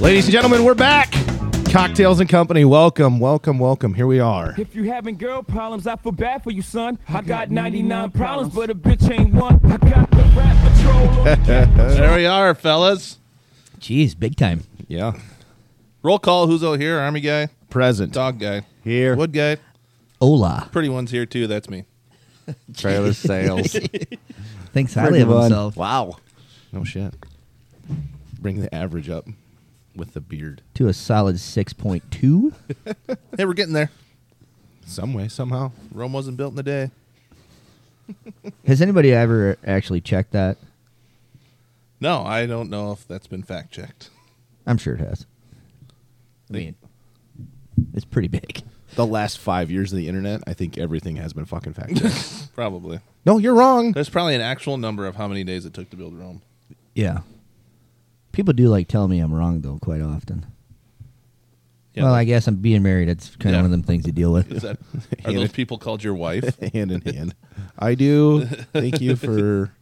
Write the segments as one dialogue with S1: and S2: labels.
S1: Ladies and gentlemen, we're back. Cocktails and Company, welcome, welcome, welcome. Here we are.
S2: If you having girl problems, I feel bad for you, son. I, got, 99 problems, but a bitch ain't one. I got the rap patrol. on cap.
S3: There we are, fellas.
S4: Jeez, big time.
S1: Yeah.
S3: Roll call. Who's all here? Army guy,
S1: Present.
S3: dog guy,
S5: Here,
S3: wood guy.
S4: Hola.
S3: Pretty one's here too. That's me.
S5: trailer sales.
S4: Thinks highly
S5: Pretty
S4: of
S5: bud.
S4: himself.
S5: wow.
S1: No shit. Bring the average up with the beard.
S4: To a solid 6.2.
S3: Hey, we're getting there.
S1: Some way, somehow.
S3: Rome wasn't built in a day.
S4: Has anybody ever actually checked that?
S3: No, I don't know if that's been fact checked.
S4: I'm sure it has. I mean, it's pretty big.
S1: The last five years of the internet, I think everything has been fucking fact checked.
S3: Probably.
S1: no, you're wrong.
S3: There's probably an actual number of how many days it took to build Rome.
S4: Yeah. People do like tell me I'm wrong though quite often.
S3: Yeah,
S4: well,
S3: like-
S4: I guess I'm being married. It's kind
S3: Yeah.
S4: of one of them things you deal with.
S3: Is that are those people called your wife?
S1: hand in hand. I do. Thank you for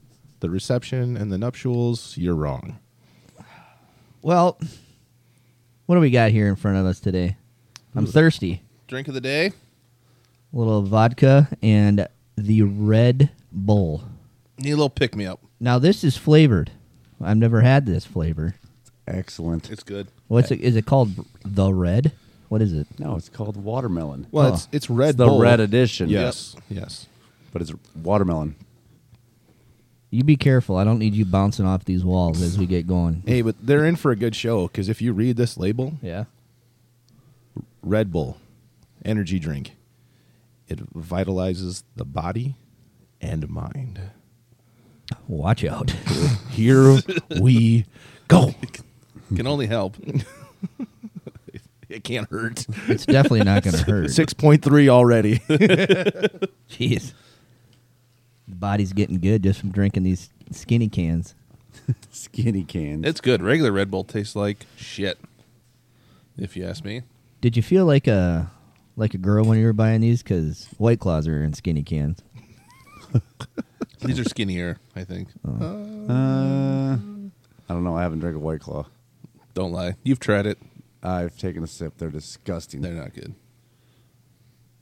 S1: the reception and the nuptials. You're wrong.
S4: Well, what do we got here in front of us today? I'm thirsty.
S3: Drink of the day.
S4: A little vodka and the Red Bull.
S3: Need a little pick me up.
S4: Now this is flavored. I've never had this flavor.
S5: Excellent.
S3: It's good.
S4: What's it, is it called? The Red? What is it?
S5: No, it's called watermelon.
S1: Well,
S4: Oh.
S1: it's it's red.
S5: It's the
S1: Bull.
S5: red edition.
S1: Yes, yes.
S5: But it's watermelon.
S4: You be careful. I don't need you bouncing off these walls as we get going.
S1: Hey, but they're in for a good show because if you read this label,
S4: Yeah.
S1: Red Bull, energy drink, it vitalizes the body and mind.
S4: Watch out.
S1: Here we go.
S3: Can only help.
S1: It can't hurt.
S4: it's definitely not going to hurt.
S1: Six point three already.
S4: Jeez. The body's getting good just from drinking these skinny cans.
S5: Skinny cans.
S3: It's good. Regular Red Bull tastes like shit. If you ask me.
S4: Did you feel like a like a girl when you were buying these? Because White Claws are in skinny cans.
S3: These are skinnier, I think.
S5: Uh, I don't know. I haven't drank a White Claw.
S3: Don't lie. You've tried it.
S5: I've taken a sip. They're disgusting.
S3: They're not good.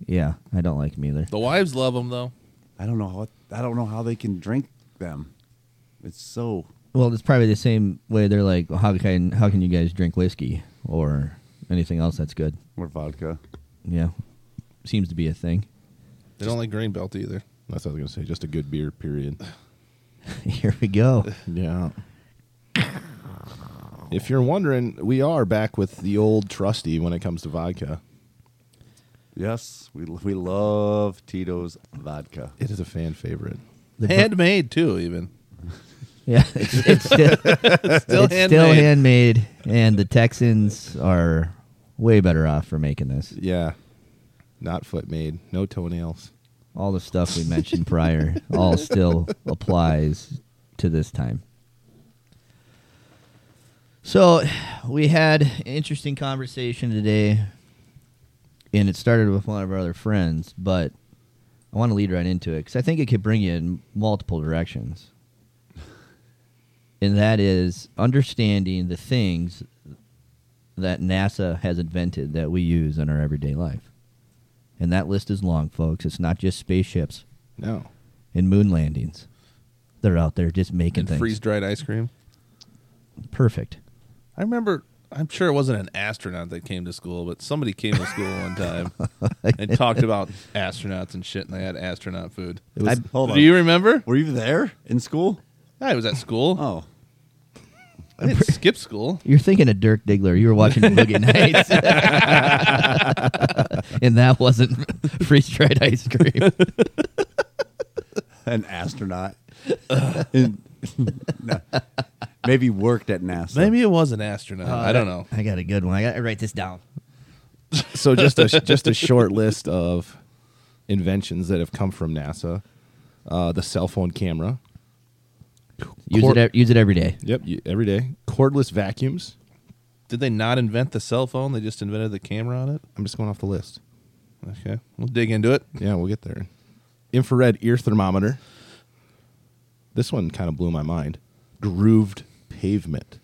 S4: Yeah, I don't like them either.
S3: The wives love them though.
S5: I don't know how. I don't know how they can drink them. It's so.
S4: Well, it's probably the same way they're like, well, how can how can you guys drink whiskey or anything else that's good?
S5: Or vodka.
S4: Yeah, seems to be a thing.
S3: They don't like green belt either.
S1: That's what I was gonna say. Just a good beer. Period.
S4: Here we go.
S1: Yeah. If you're wondering, we are back with the old trusty when it comes to vodka.
S5: Yes, we we love Tito's vodka.
S1: It is a fan favorite.
S4: The br-
S3: Handmade too, even.
S4: yeah, it's, it's still,
S3: Still
S4: it's
S3: handmade.
S4: still handmade, and the Texans are way better off for making this.
S1: Yeah. Not foot made. No toenails.
S4: All the stuff we mentioned prior all still applies to this time. So, we had an interesting conversation today, and it started with one of our other friends, but I want to lead right into it because I think it could bring you in multiple directions. And that is understanding the things that NASA has invented that we use in our everyday life. And that list is long, folks. It's not just spaceships
S1: No.
S4: and moon landings. They're out there just making
S3: and
S4: things
S3: freeze dried ice cream.
S4: perfect.
S3: I remember. I'm sure it wasn't an astronaut that came to school, but somebody came to school one time and talked about astronauts and shit, and they had astronaut food.
S5: It was,
S4: I-
S5: hold on.
S3: Do you remember?
S5: Were you there in school?
S3: I was at school.
S5: Oh,
S3: I didn't skip school.
S4: You're thinking of Dirk Diggler. You were watching Boogie Nights, and that wasn't freeze dried ice cream.
S5: an astronaut. And- no. Maybe worked at NASA.
S3: Maybe it was an astronaut. I don't know.
S4: I got a good one. I got to write this down.
S1: So just a just a short list of inventions that have come from NASA. Uh, the cell phone camera.
S4: Use
S1: Cor-
S4: it. ev- Use it every day.
S1: Yep, you, every day. Cordless vacuums.
S3: Did they not invent the cell phone? They just invented the camera on it.
S1: I'm just going off the list.
S3: Okay, we'll dig into it.
S1: Yeah, we'll get there. Infrared ear thermometer. This one kind of blew my mind. Grooved pavement.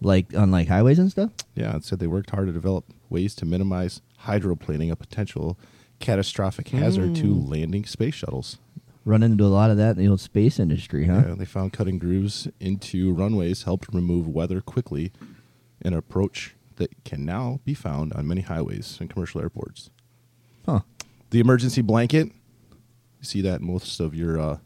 S4: like on like highways and stuff.
S1: Yeah, it said they worked hard to develop ways to minimize hydroplaning, a potential catastrophic hazard to landing space shuttles.
S4: Run into a lot of that in the old space industry, huh?
S1: Yeah, Uh, they found cutting grooves into runways helped remove weather quickly, an approach that can now be found on many highways and commercial airports.
S4: Huh.
S1: The emergency blanket, you see that in most of your. Uh,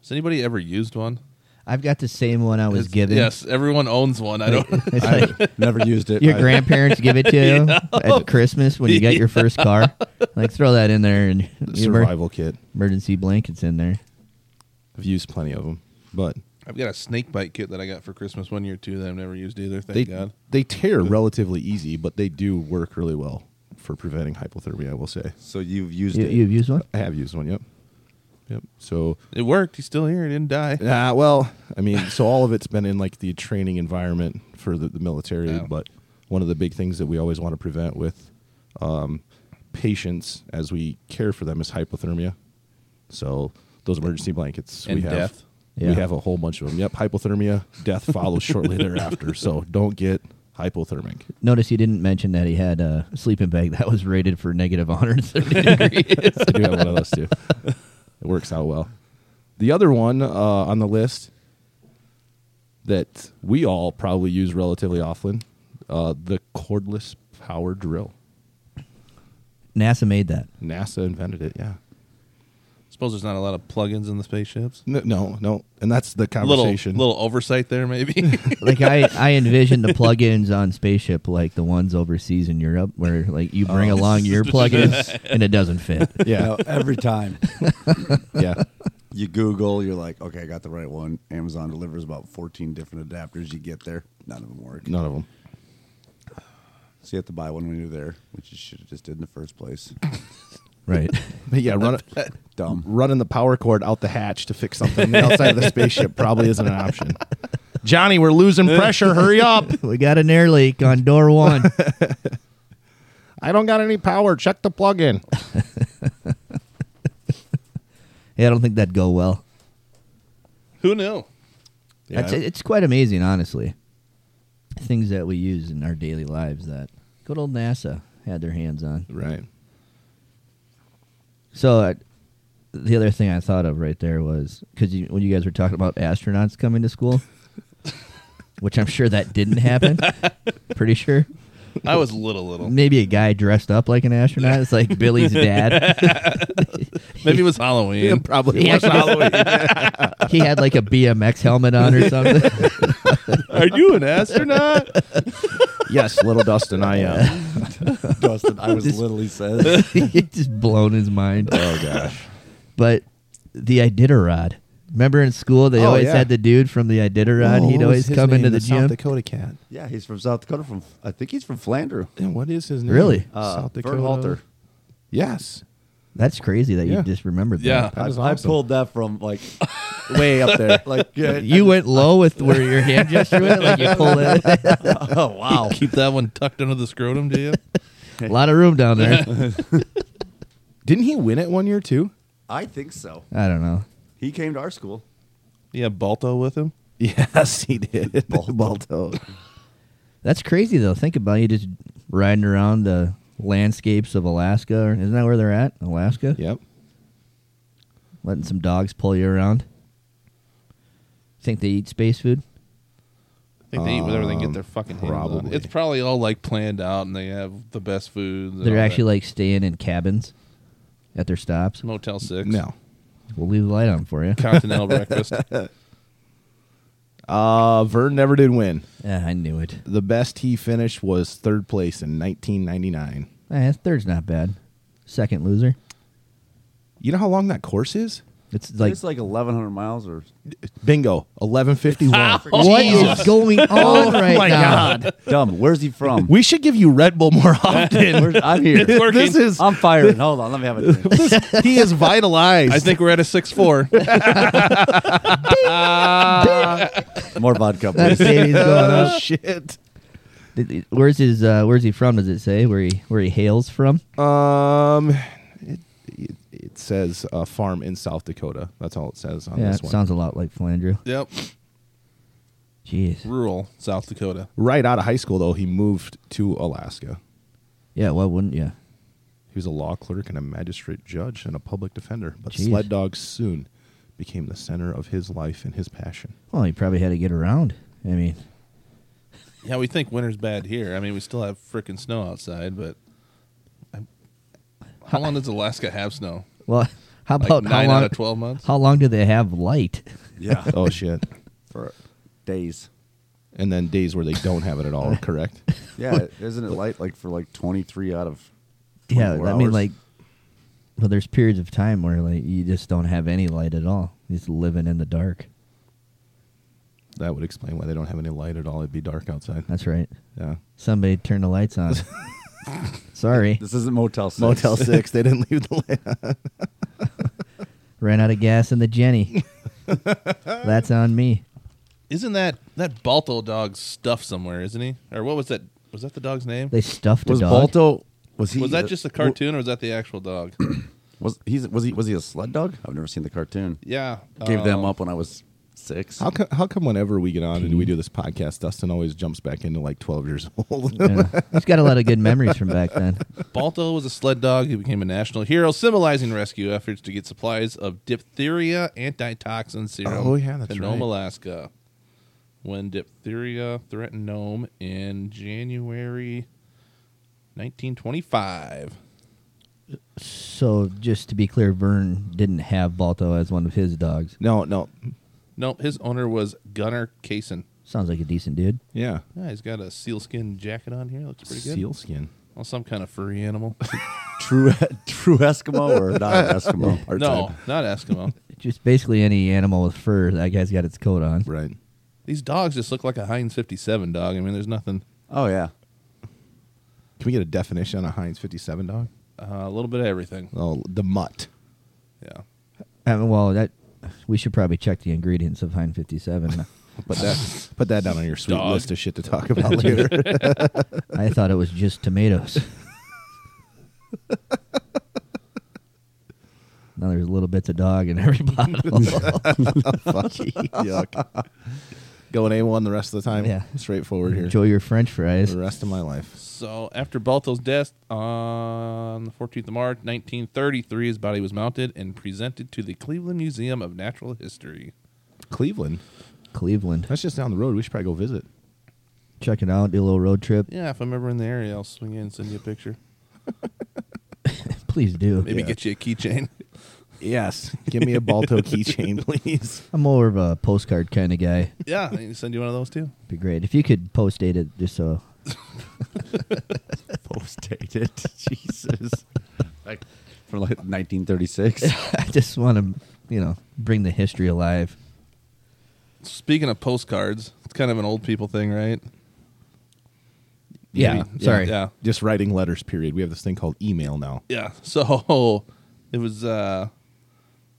S3: Has anybody ever used one?
S4: I've got the same one I was
S3: It's-
S4: given.
S3: Yes, everyone owns one. I don't.
S4: It's like
S5: Never used it.
S4: your
S5: I-
S4: grandparents give it to you at Christmas when you got your first car. Like throw that in there and
S1: the
S4: the emer-
S1: survival kit.
S4: emergency blankets in there.
S1: I've used plenty of them, but
S3: I've got a snake bite kit that I got for Christmas one year too that I've never used either. Thank
S1: they
S3: God.
S1: they tear relatively easy, but they do work really well for preventing hypothermia. I will say,
S5: So you've used
S4: You,
S5: it.
S4: you've used one?
S1: I have used one. Yep, yep. So
S3: It worked. He's still here. He didn't die.
S1: Uh, well, I mean, so all of it's been in like the training environment for the, the military,
S3: Yeah.
S1: but one of the big things that we always want to prevent with um, patients as we care for them is hypothermia. So those emergency blankets we
S3: And
S1: have,
S3: death.
S4: Yeah.
S1: we have a whole bunch of them. Yep, hypothermia, death follows shortly thereafter. So don't get hypothermic.
S4: Notice he didn't mention that he had a sleeping bag that was rated for negative 130 degrees.
S1: I do have one of those too. It works out well. The other one uh, on the list that we all probably use relatively often, uh, the cordless power drill.
S4: NASA made that.
S1: NASA invented it. Yeah.
S3: suppose there's not a lot of plugins in the spaceships.
S1: No, no, no. and that's the
S3: Little
S1: conversation.
S3: little oversight there, maybe.
S4: Like I, I envision the plugins on spaceship like the ones overseas in Europe where like you
S1: Oh,
S4: bring along your plugins and it doesn't fit.
S5: You
S1: Yeah,
S5: know, every time
S1: yeah.
S5: you Google, you're like, okay, I got the right one. Amazon delivers about 14 different adapters. You get there, none of them work.
S1: None of them.
S5: So you have to buy one when you're there, which you should have just did in the first place.
S4: Right.
S1: But yeah, run,
S5: Dumb.
S1: running the power cord out the hatch to fix something outside of the spaceship probably isn't an option. Johnny, we're losing pressure. Hurry up.
S4: We got an air leak on door one.
S1: I don't got any power. Check the plug in.
S4: Yeah, I don't think that'd go well.
S3: Who knew?
S1: Yeah.
S4: That's, it's quite amazing, honestly. Things that we use in our daily lives that good old NASA had their hands on.
S1: Right.
S4: So uh, the other thing I thought of right there was because you, when you guys were talking about astronauts coming to school, which I'm sure that didn't happen. Pretty sure.
S3: I was little little.
S4: Maybe a guy dressed up like an astronaut. It's like Billy's dad.
S3: Maybe it was Halloween.
S1: probably
S4: Yeah. he had like a BMX helmet on or something.
S3: Are you an astronaut?
S1: yes, little Dustin, I uh, am.
S5: Dustin, I was literally says.
S4: he just blown his mind.
S1: Oh gosh,
S4: But the Iditarod. Remember in school they
S1: Oh,
S4: always
S1: yeah. Oh,
S4: had the dude from the Iditarod. He'd always come into the, gym.
S1: South Dakota cat.
S5: Yeah, he's from South Dakota. From I think he's from Flanders.
S1: And what is his name?
S4: Really?
S5: Uh,
S1: South Dakota.
S5: Vernhalter.
S1: Yes.
S4: That's crazy that
S1: Yeah.
S4: you just remembered that.
S3: Yeah.
S1: That
S5: I,
S1: is
S5: I
S1: awesome.
S5: pulled that from like way up there. Like yeah,
S4: You went low with where your hand gesture went, like you pulled it.
S5: oh wow.
S3: Keep that one tucked under the scrotum, do you?
S4: A lot of room down there.
S1: Didn't he win it one year too?
S5: I think so.
S4: I don't know.
S5: He came to our school.
S3: You have Balto with him.
S1: Yes, he did. Balto.
S4: That's crazy though. Think about it. you just riding around the landscapes of Alaska. or- Isn't that where they're at? Alaska.
S1: Yep.
S4: Letting some dogs pull you around. Think they eat space food?
S3: I think they eat whatever they can
S1: Um,
S3: get their fucking hands on.
S1: probably.
S3: It's probably all like planned out, and they have the best foods. and
S4: They're
S3: all
S4: actually
S3: that.
S4: like staying in cabins at their stops.
S3: Motel Six.
S1: No.
S4: We'll leave the light on for you.
S3: continental breakfast.
S1: Uh, Vern never did win.
S4: Yeah, I knew it.
S1: The best he finished was third place in 1999.
S4: Eh, third's not bad. Second loser.
S1: You know how long that course is?
S4: It's like
S5: it's like 1,100 miles or
S1: Bingo, 1151.
S4: what is going on right now?
S5: dumb. Where's he from?
S1: we should give you Red Bull more often.
S5: Where's, I'm here.
S3: working.
S1: This is
S5: I'm firing. Hold on. Let me have a drink.
S1: he is vitalized.
S3: I think we're at a six four.
S1: Oh,
S5: More vodka,
S4: That
S5: please.
S4: baby's going
S1: Uh,
S4: up.
S1: shit.
S4: Did- Where's his? Uh, where's he from? Does it say where he where he hails from?
S1: Um, it, it, it says a farm in South Dakota. That's all it says on
S4: yeah,
S1: this
S4: it
S1: one.
S4: sounds a lot like Flandreau.
S3: yep.
S4: Jeez.
S3: rural South Dakota.
S1: Right out of high school, though, he moved to Alaska.
S4: Yeah, why wouldn't you?
S1: He was a law clerk and a magistrate judge and a public defender, but
S4: Jeez.
S1: sled dogs soon became the center of his life and his passion.
S4: Well, he probably had to get around. I mean,
S3: Yeah, we think winter's bad here. I mean, we still have freaking snow outside, but I'm- how long does Alaska have snow?
S4: well, how
S3: Like
S4: about
S3: nine
S4: how long,
S3: out of twelve months.
S4: How long do they have light?
S5: Yeah.
S1: Oh, shit.
S5: For days.
S1: And then days where they don't have it at all, correct?
S5: Yeah, isn't it light like for like 23 out of
S4: Yeah,
S5: 24
S4: I mean,
S5: hours?
S4: like, well, there's periods of time where like you just don't have any light at all. You're just living in the dark.
S1: That would explain why they don't have any light at all. It'd be dark outside.
S4: That's right.
S1: Yeah.
S4: Somebody turned the lights on. Sorry,
S5: This isn't Motel 6.
S1: Motel 6, they didn't leave the light on.
S4: ran out of gas in the Jenny. That's on me.
S3: Isn't that that Balto dog stuffed somewhere? Isn't he? Or what was that? Was that the dog's name?
S4: They stuffed
S5: was
S4: a dog.
S5: Balto was he
S3: was that just a cartoon, or was that the actual dog?
S5: Was he's was he was he a sled dog? I've never seen the cartoon.
S3: yeah,
S5: Gave them
S3: um,
S5: up when I was 6.
S1: How come, how come whenever we get on and we do this podcast, Dustin always jumps back into like 12 years old?
S4: Yeah. He's got a lot of good memories from back then.
S3: Balto was a sled dog who became a national hero, symbolizing rescue efforts to get supplies of diphtheria antitoxin serum
S1: Oh, yeah, that's
S3: to Nome,
S1: right.
S3: Alaska. When diphtheria threatened Nome in January 1925.
S4: So, just to be clear, Vern didn't have Balto as one of his dogs.
S1: no, no.
S3: No, his owner was Gunnar Kaysen.
S4: Sounds like a decent dude.
S1: Yeah.
S3: Yeah, he's got a sealskin jacket on here. Looks pretty good.
S1: Sealskin.
S3: Well, some kind of furry animal.
S5: true true Eskimo or not an Eskimo? Hard
S3: no,
S5: time.
S3: not Eskimo.
S4: Just basically any animal with fur, that guy's got its coat on.
S1: Right.
S3: These dogs just look like a Heinz 57 dog. I mean, there's nothing.
S5: Oh yeah.
S1: Can we get a definition on a Heinz 57 dog?
S3: Uh, a little bit of everything.
S1: Oh, the mutt.
S3: Yeah.
S4: I mean, Uh, well, that we should probably check the ingredients of Hein 57.
S1: Put that put that down on your sweet
S3: Dog.
S1: list of shit to talk about later.
S4: I thought it was just tomatoes. now there's little bits of dog in every bottle.
S1: Yuck. Going A one the rest of the time.
S4: Yeah.
S1: Straightforward here.
S4: Enjoy your French fries.
S1: the rest of my life.
S3: So after Balto's death on the 14th of March 1933, his body was mounted and presented to the Cleveland Museum of Natural History.
S1: Cleveland.
S4: Cleveland.
S1: That's just down the road. We should probably go visit.
S4: Check it out. Do a little road trip.
S3: Yeah, if I'm ever in the area, I'll swing in and send you a picture.
S4: Please do.
S3: Maybe
S1: Yeah.
S3: get you a keychain.
S1: Yes. Give me a Balto keychain, please.
S4: I'm more of a postcard kind of guy.
S3: yeah, I can send you one of those too.
S4: Be great if you could post date it just so.
S5: Post dated. Jesus. Like from like 1936.
S4: I just want to, you know, bring the history alive.
S3: Speaking of postcards, it's kind of an old people thing, right?
S4: Yeah.
S3: Maybe-
S4: sorry.
S3: Yeah.
S1: Just writing letters, period. We have this thing called email now.
S3: Yeah. So it was uh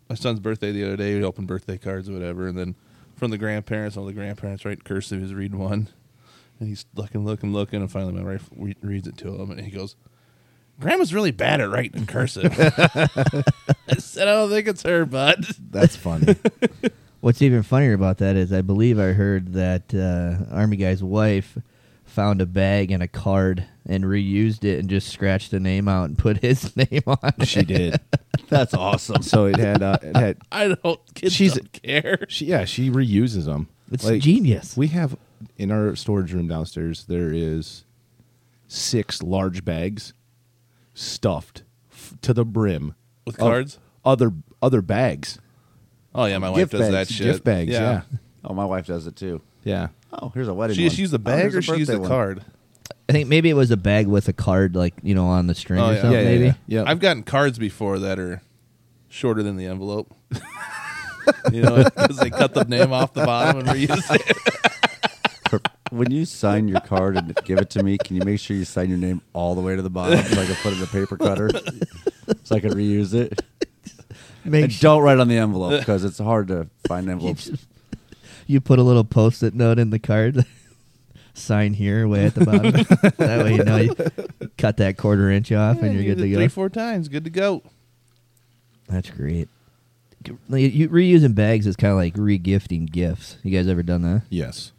S3: my son's birthday the other day. We opened birthday cards or whatever, and then from the grandparents, all the grandparents write cursive. He was reading one, and he's looking, looking, looking, and finally my wife re- reads it to him, and he goes, "Grandma's really bad at writing in cursive." I said, "I don't think it's her, bud."
S1: That's funny.
S4: What's even funnier about that is I believe I heard that uh, Army guy's wife found a bag and a card and reused it and just scratched the name out and put his name on it.
S1: she did.
S5: That's awesome.
S1: So it had uh, it had
S3: I don't. Kids
S1: She's-
S3: don't care.
S5: Oh.
S1: She yeah, she reuses them.
S4: It's genius.
S1: We have in our storage room downstairs there is six large bags stuffed f- to the brim
S3: With
S1: of
S3: cards?
S1: Other other bags.
S3: Oh yeah, my wife
S5: Gift
S3: does
S5: bags,
S3: that shit.
S1: Gift bags, yeah.
S5: Oh, my wife does it too.
S1: Yeah.
S5: Oh, here's a wedding.
S3: She just
S5: one.
S3: used the
S5: Oh,
S3: bag,
S5: here's
S3: or she used
S5: birthday
S3: the
S5: one.
S3: card.
S4: I think maybe it was a bag with a card, like you know, on the string
S3: Oh,
S4: or
S3: yeah.
S4: something.
S1: Yeah, yeah,
S4: maybe
S1: yeah. Yep.
S3: I've gotten cards before that are shorter than the envelope. you know, because they cut the name off the bottom and reuse it.
S5: When you sign your card and give it to me, can you make sure you sign your name all the way to the bottom so I can put it in a paper cutter so I can reuse it?
S4: Make
S5: And
S4: sure
S5: don't write on the envelope because it's hard to find envelopes.
S4: you put a little post-it note in the card. Sign here, way at the bottom. that way you know you cut that quarter inch off and you're
S3: Use
S4: good
S3: it
S4: to go.
S3: Three, four times, good to go.
S4: That's great. You, you- reusing bags is kind of like regifting gifts. You guys ever done that?
S1: Yes.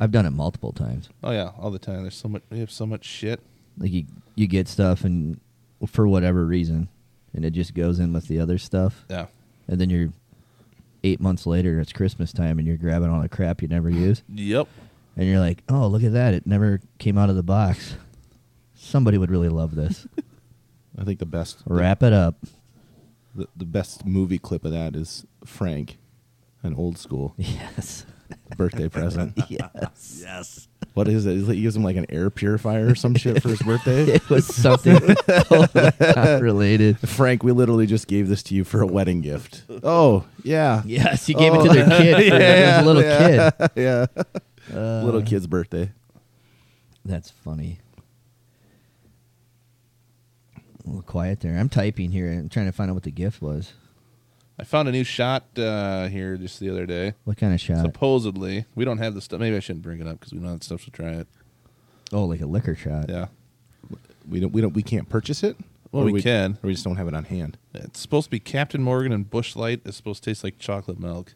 S4: I've done it multiple times.
S3: Oh yeah, all the time. There's so much. We have so much shit.
S4: Like you, you get stuff and for whatever reason, and it just goes in with the other stuff,
S3: Yeah.
S4: and then you're eight months later and it's Christmas time and you're grabbing all the crap you never use,
S3: Yep.
S4: and you're like, oh look at that, it never came out of the box. Somebody would really love this.
S1: I think the best
S4: Wrap it up.
S1: the, the best movie clip of that is Frank, an old school
S4: Yes.
S1: birthday present.
S4: Yes.
S5: Yes.
S1: What is it? Is it- He gives him like an air purifier or some shit for his birthday.
S4: It was something totally not related.
S1: Frank, we literally just gave this to you for a wedding gift. Oh yeah,
S4: Yes, he gave it to their kid. For,
S1: Oh. Yeah,
S4: yeah, a little
S1: yeah.
S4: kid.
S1: yeah. Little kid's birthday.
S4: That's funny. A little quiet there. I'm typing here. I'm trying to find out what the gift was.
S3: I found a new shot uh, here just the other day.
S4: What kind of shot?
S3: Supposedly, we don't have the stuff. Maybe I shouldn't bring it up because we don't have the stuff to try it.
S4: oh, like a liquor shot.
S3: Yeah,
S1: We don't. We don't. We can't purchase it.
S3: Well,
S1: Or
S3: we can.
S1: Or we just don't have it on hand.
S3: it's supposed to be Captain Morgan and Bush Light. It's supposed to taste like chocolate milk.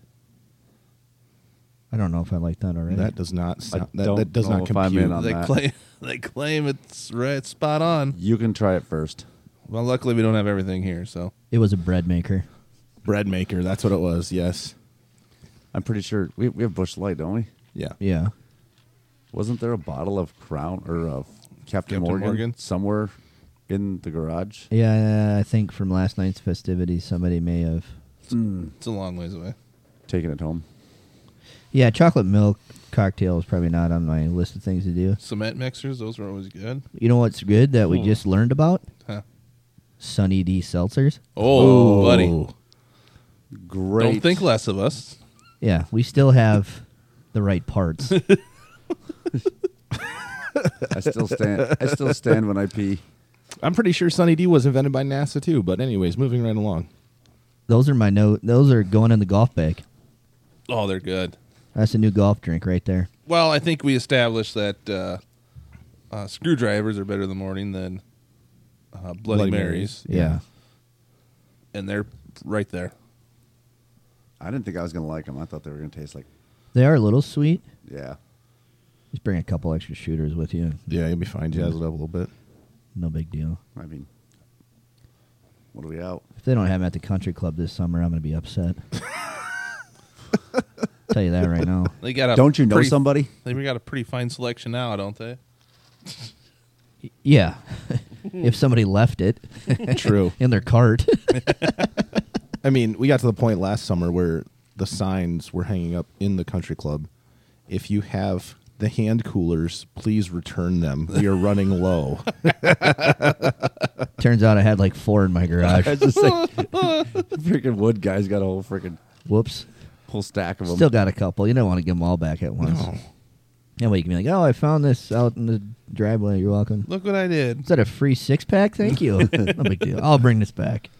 S4: I don't know if I like that already.
S1: That does not. Sound, that,
S5: don't
S1: that does
S5: know
S1: not
S5: if I'm
S1: compute.
S5: in on
S3: they
S5: that.
S3: claim they claim it's right spot on.
S5: You can try it first.
S3: Well, luckily we don't have everything here, so
S4: It was a bread maker.
S1: Bread maker. That's what it was. Yes.
S5: I'm pretty sure we, we have Bush Light, don't we?
S1: Yeah.
S4: Yeah.
S5: Wasn't there a bottle of Crown or of Captain,
S3: Captain
S5: Morgan,
S3: Morgan?
S5: somewhere in the garage?
S4: Yeah, I think from last night's festivities, somebody may have.
S3: it's a long ways away.
S5: Taking it home.
S4: Yeah, chocolate milk cocktail is probably not on my list of things to do.
S3: Cement mixers, those were always good.
S4: You know what's good that we
S3: Hmm.
S4: just learned about?
S3: Huh.
S4: Sunny D seltzers.
S3: Oh, buddy,
S5: Great.
S3: don't think less of us.
S4: Yeah, we still have the right parts.
S5: I still stand. I still stand when I pee.
S1: I'm pretty sure Sunny D was invented by NASA too. But anyways, moving right along.
S4: those are my no. Those are going in the golf bag.
S3: Oh, they're good.
S4: That's a new golf drink right there.
S3: Well, I think we established that uh, uh, screwdrivers are better in the morning than uh,
S1: Bloody
S3: Bloody, Marys,
S4: Yeah.
S3: and they're right there.
S5: I didn't think I was gonna like them. I thought they were gonna taste like,
S4: they are a little sweet.
S5: yeah.
S4: Just bring a couple extra shooters with you.
S1: Yeah, you'll be fine. Jazz it up a little bit.
S4: No big deal.
S5: I mean, what are we out?
S4: If they don't have them at the country club this summer, I'm going to be upset. Tell you that right now.
S3: They got a
S5: Don't you know
S3: pretty-
S5: somebody?
S3: They got a pretty fine selection now, don't they?
S4: Yeah. if somebody left it
S1: True.
S4: in their cart.
S1: I mean, we got to the point last summer where the signs were hanging up in the country club. If you have the hand coolers, please return them. We are running low.
S4: Turns out I had like four in my garage.
S5: I just like, freaking wood guy's got a whole freaking
S4: Whoops.
S5: whole stack of them.
S4: Still got a couple. You don't want to give them all back at once. Yeah, well, you can be like, oh, I found this out in the driveway. You're welcome.
S3: Look what I did.
S4: Is that a free six pack? Thank you. no big deal. I'll bring this back.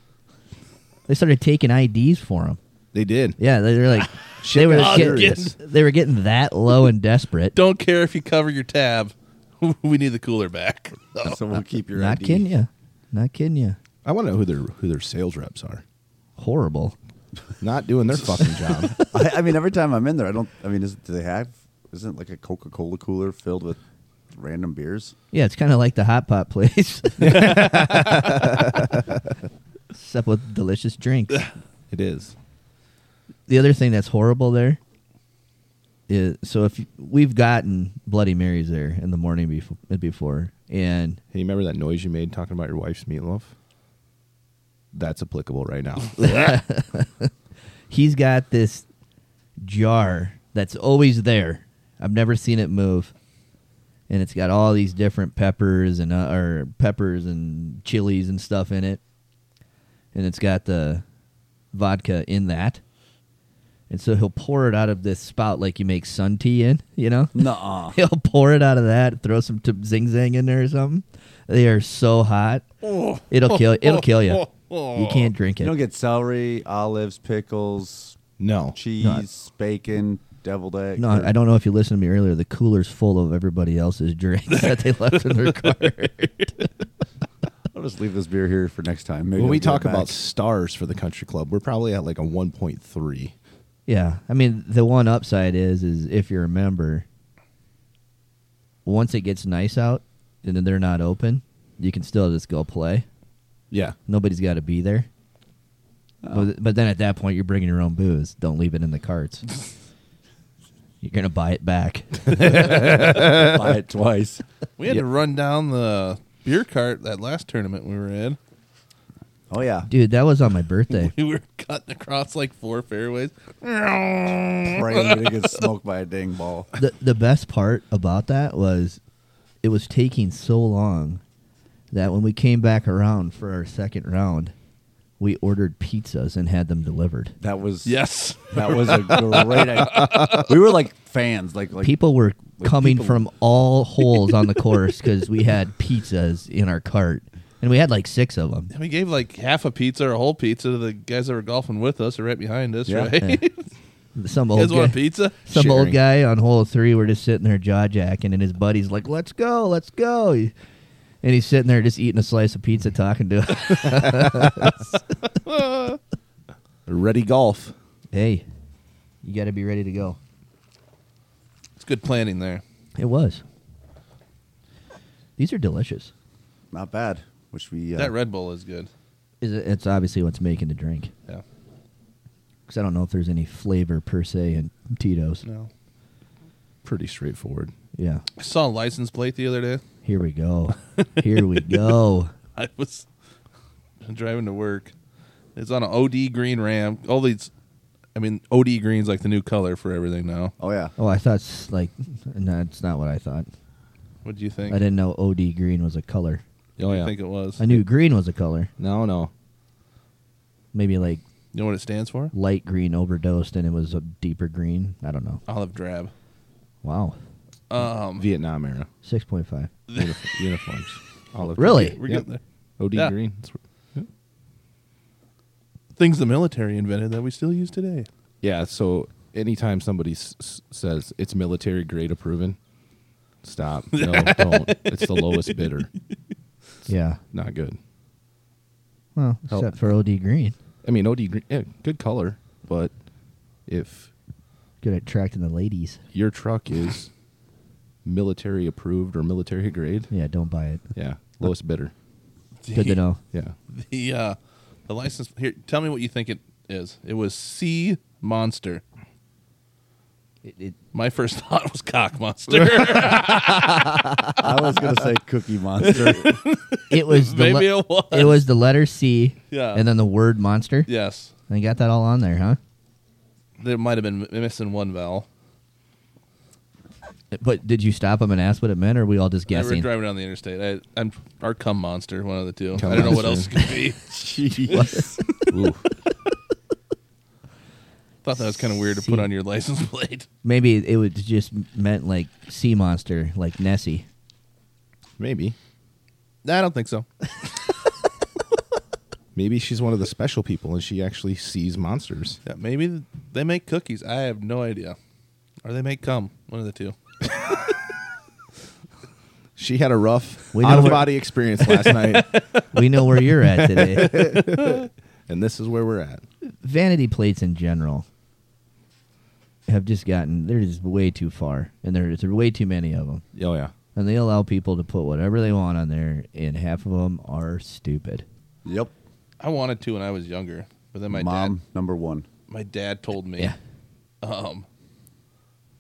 S4: They started taking IDs for them.
S1: They did.
S4: Yeah, they were like, they were
S3: got
S4: getting-
S3: serious.
S4: they were getting that low and desperate.
S3: Don't care if you cover your tab. we need the cooler back. Oh.
S5: so we'll keep your
S4: Not
S5: ID.
S4: kidding you. Not kidding you.
S1: I want to know who their who their sales reps are.
S4: Horrible.
S1: Not doing their fucking job.
S5: I, I mean, every time I'm in there, I don't. I mean, is, do they have? Isn't like a Coca Cola cooler filled with random beers?
S4: Yeah, it's kind of like the hot pot place, except with delicious drinks.
S1: It is.
S4: the other thing that's horrible there is so if you- we've gotten Bloody Marys there in the morning before, before and
S1: Hey, you remember that noise you made talking about your wife's meatloaf? That's applicable right now.
S4: he's got this jar that's always there. I've never seen it move, and it's got all these different peppers and uh, or peppers and chilies and stuff in it, and it's got the vodka in that. And so he'll pour it out of this spout like you make sun tea in, you know?
S5: Nuh-uh.
S4: He'll pour it out of that, throw some t- zing zang in there or something. They are so hot. It'll kill it'll kill you. You can't drink
S5: You don't
S4: it.
S5: get celery, olives, pickles,
S1: No.
S5: cheese, bacon, deviled egg.
S4: No, I don't know if you listened to me earlier. The cooler's full of everybody else's drinks that they left in their car.
S5: I'll just leave this beer here for next time. Maybe
S1: When we
S5: I'll get
S1: talk
S5: it back.
S1: about stars for the country club, we're probably at like a 1.3.
S4: Yeah, I mean the one upside is is if you're a member, once it gets nice out and then they're not open, you can still just go play.
S1: Yeah.
S4: Nobody's got to be there. But, but then at that point, you're bringing your own booze. Don't leave it in the carts. you're gonna buy it back.
S5: Buy it twice.
S3: We had to run down the beer cart that last tournament we were in.
S5: Oh yeah,
S4: Dude, that was on my birthday.
S3: We were cutting across like four fairways.
S5: praying that it gets smoked by a dang ball.
S4: the the best part about that was it was taking so long that when we came back around for our second round, we ordered pizzas and had them delivered.
S5: That was
S3: Yes.
S5: That was a great. idea. We were like fans, like like
S4: People were
S5: Like,
S4: coming
S5: people-
S4: from all holes on the course because we had pizzas in our cart, and we had like six of them.
S3: And we gave like half a pizza or a whole pizza to the guys that were golfing with us or right behind us,
S5: Yeah.
S3: right?
S4: Yeah. Some
S3: you
S4: old
S3: guys want a
S4: guy,
S3: pizza?
S4: some
S3: Sharing.
S4: old guy on hole three were just sitting there jaw jacking, and his buddy's like, "Let's go, let's go," and he's sitting there just eating a slice of pizza, talking to us.
S1: Ready golf.
S4: Hey, you got to be ready to go.
S3: It's good planning there.
S4: It was. These are delicious.
S5: not bad. Which we uh,
S3: That Red Bull is good.
S4: Is it, it's obviously what's making the drink.
S3: Yeah.
S4: Because I don't know if there's any flavor per se in Tito's.
S3: No.
S1: Pretty straightforward.
S4: Yeah.
S3: I saw a license plate the other day.
S4: Here we go. Here we go.
S3: I was driving to work. It's on an OD green Ram. All these, I mean, OD green's like the new color for everything now.
S5: oh yeah,
S4: Oh, I thought s- like no, it's not what I thought.
S3: What do you
S4: I
S3: think?
S4: didn't know OD green was a color.
S1: Oh
S3: I
S1: yeah.
S3: think it was.
S4: I knew green was a color.
S1: No, no.
S4: Maybe like
S3: You know what it stands for?
S4: light green overdosed and it was a deeper green. I don't know.
S3: Olive drab.
S4: Wow.
S3: Um,
S1: Vietnam era
S4: 6.5.
S1: Unif- uniforms. Olive
S4: Really?
S3: we're
S1: Yep.
S3: getting there.
S1: OD
S3: Yeah.
S1: green. That's where- yeah.
S3: Things the military invented that we still use today.
S1: Yeah. So anytime somebody s- s- says it's military grade approving, stop. No, don't. It's the lowest bidder.
S4: Yeah.
S1: Not good.
S4: Well,
S1: Help.
S4: except for OD green.
S1: I mean, OD green, yeah, good color, but if
S4: Good at attracting the ladies.
S1: your truck is military approved or military grade,
S4: Yeah, don't buy it.
S1: yeah, lowest bidder.
S4: Good to know.
S1: Yeah.
S3: The uh, the license here. Tell me what you think it is. It was Sea Monster.
S4: It, it,
S3: My first thought was cock monster.
S5: I was gonna say Cookie Monster.
S4: it was the
S3: Maybe
S4: le-
S3: it was.
S4: it was the letter C,
S3: Yeah.
S4: and then the word monster.
S3: yes,
S4: and you got that all on there, huh?
S3: there might have been m- missing one vowel.
S4: But did you stop him and ask what it meant, or were we all just
S3: I were
S4: guessing?
S3: driving down the interstate. I, I'm our cum monster, one of the two.
S1: Cum
S3: I don't know what else
S1: monster.
S3: it could be.
S5: Jeez.
S1: Ooh.
S3: Thought that was kind of weird to
S4: Sea.
S3: put on your license plate.
S4: Maybe it was just meant like sea monster, like Nessie.
S1: Maybe.
S3: Nah, I don't think so.
S1: Maybe she's one of the special people and she actually sees monsters.
S3: Yeah, maybe th- they make cookies. I have no idea. Or they make cum. One of the two.
S1: She had a rough
S4: We know
S1: out of
S4: where-
S1: body experience last night,
S4: We know where you're at today.
S1: and this is where we're at.
S4: Vanity plates in general have just gotten they're just way too far, and there's way too many of them,
S1: Oh yeah.
S4: and they allow people to put whatever they want on there, and half of them are stupid.
S5: yep,
S3: I wanted to when I was younger, but then my
S5: mom
S3: dad,
S5: number one.
S3: my dad told me.
S4: Yeah.
S3: Um,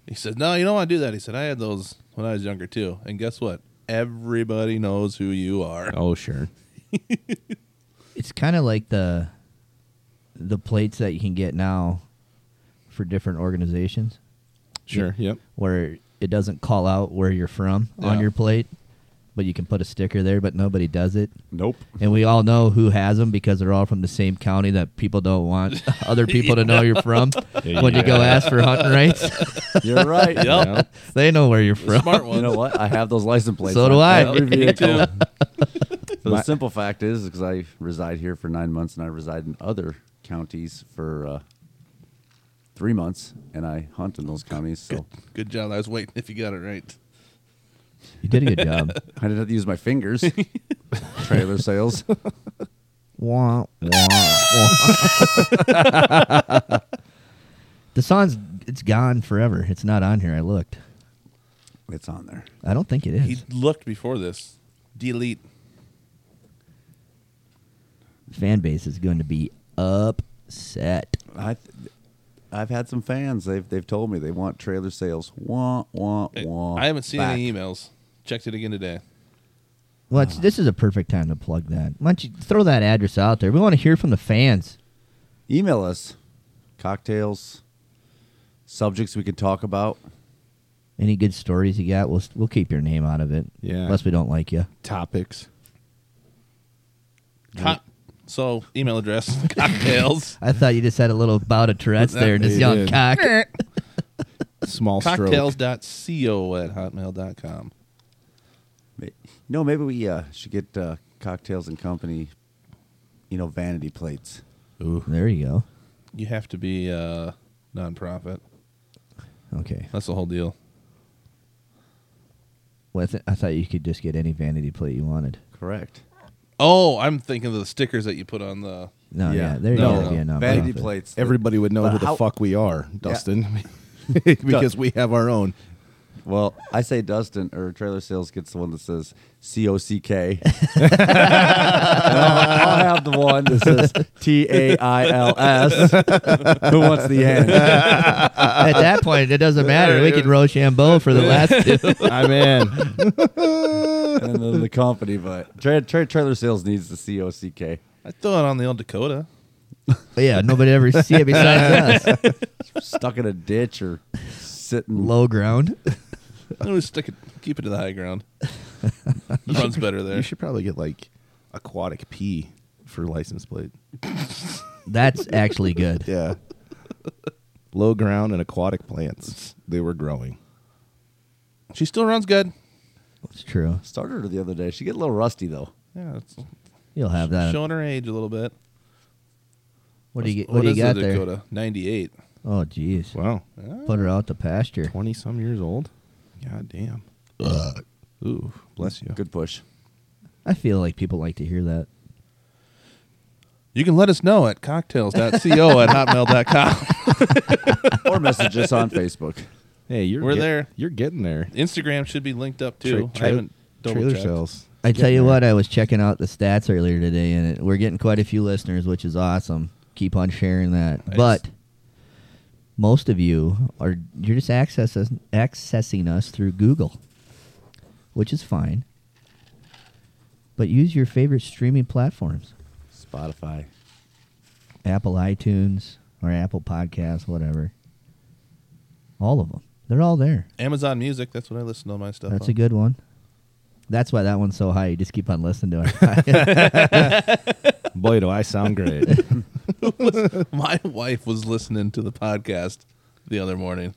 S3: he said, "No, you don't want to do that." He said, "I had those when I was younger too." And guess what? Everybody knows who you are.
S1: Oh sure.
S4: It's kind of like the the plates that you can get now for different organizations
S1: Sure. Yep.
S4: where it doesn't call out where you're from on
S3: Yeah.
S4: your plate, but you can put a sticker there, but nobody does it.
S5: Nope.
S4: And we all know who has them because they're all from the same county that people don't want other people to know you're from. When you go ask for hunting rights,
S5: You're right.
S3: Yep.
S1: Yeah.
S4: they know where you're from.
S3: Smart
S5: You
S3: one.
S5: know what? I have those license plates.
S4: So
S5: on
S4: do I.
S5: every
S3: Me
S5: vehicle.
S3: too.
S1: My-
S5: So the simple fact is, because I reside here for nine months and I reside in other counties for uh, three months, and I hunt in those counties, so
S3: Good job. I was waiting if you got it right.
S4: You did a good job.
S5: I didn't have to use my fingers. Trailer sales.
S4: Wah, wah, wah. the song's it's gone forever. It's not on here. I looked.
S5: It's on there.
S4: I don't think it is.
S3: He looked before this. Delete.
S4: Fan base is going to be upset.
S5: I, th- I've had some fans. They've they've told me they want trailer sales. Wah wah wah.
S3: I haven't seen
S5: back.
S3: any emails. Checked it again today.
S4: Well, it's, this is a perfect time to plug that. Why don't you throw that address out there? We want to hear from the fans.
S5: Email us cocktails, subjects we could talk about.
S4: Any good stories you got? We'll we'll keep your name out of it.
S1: Yeah.
S4: Unless we don't like you.
S1: Topics.
S3: Co- so email address cocktails
S4: I thought you just had a little bout of Tourette's there and just
S1: He
S4: yelling
S1: did.
S4: cock.
S1: Small stroke.
S3: cocktails.co at hotmail.com.
S5: Ma- No, maybe we uh, should get uh, cocktails and company. You know, vanity plates.
S4: There you go.
S3: You have to be a nonprofit.
S4: Okay.
S3: That's the whole deal.
S4: Well, I, th- I thought you could just get any vanity plate you wanted.
S5: Correct.
S3: Oh, I'm thinking of the stickers that you put on the.
S4: No, yeah,
S5: Yeah.
S4: there you
S1: No,
S4: go. Yeah, no,
S5: vanity
S4: profit.
S5: plates.
S1: Everybody would know
S5: But
S1: who the
S5: how-
S1: fuck we are, Dustin, because we have our own.
S5: Well, I say Dustin or trailer sales gets the one that says C O C K. I'll I'll have the one that says T A I L S. Who wants the end?
S4: At that point, it doesn't matter. We could Rochambeau for the last two.
S1: I'm in.
S5: And then the company, but tra- tra- trailer sales needs the C O C K.
S3: I throw it on the old Dakota.
S4: But yeah, nobody ever see it besides us.
S5: Stuck in a ditch or sitting low.
S4: Low ground.
S3: I always stick it, keep it to the high ground. It runs better there.
S1: You should probably get like aquatic P for license plate.
S4: That's actually good.
S1: Yeah. Low ground and aquatic plants. They were growing.
S3: She still runs good.
S4: It's true.
S5: Started her the other day. She get a little rusty though.
S3: Yeah, it's
S4: You'll have that.
S3: showing her age a little bit.
S4: Uh, What do you get? What,
S3: What
S4: do you
S3: is the
S4: got there?
S3: Dakota? 98.
S4: Oh, jeez.
S1: Wow.
S4: Put her out to pasture.
S1: 20 some years old? God damn. Ooh, bless you.
S5: Good push.
S4: I feel like people like to hear that.
S3: You can let us know at cocktails.co at hotmail.com.
S5: Or message us on Facebook.
S1: Hey, you're
S3: We're
S1: get-
S3: there.
S1: You're getting there.
S3: Instagram should be linked up too.
S1: Tra- tra-
S3: I haven't double
S1: trailer
S3: checked.
S1: sales.
S4: I tell you what, I was checking out the stats earlier today, and it, we're getting quite a few listeners, which is awesome. Keep on sharing that.
S3: Nice.
S4: But most of you are you're just accessing accessing us through Google, which is fine. But use your favorite streaming platforms:
S5: Spotify.
S4: Apple iTunes or Apple Podcasts, whatever. All of them. They're all there.
S3: Amazon Music. That's what I listen to all my stuff.
S4: That's
S3: on.
S4: a good one. That's why that one's so high. You just keep on listening to it.
S1: Boy, do I sound great.
S3: My wife was listening to the podcast the other morning,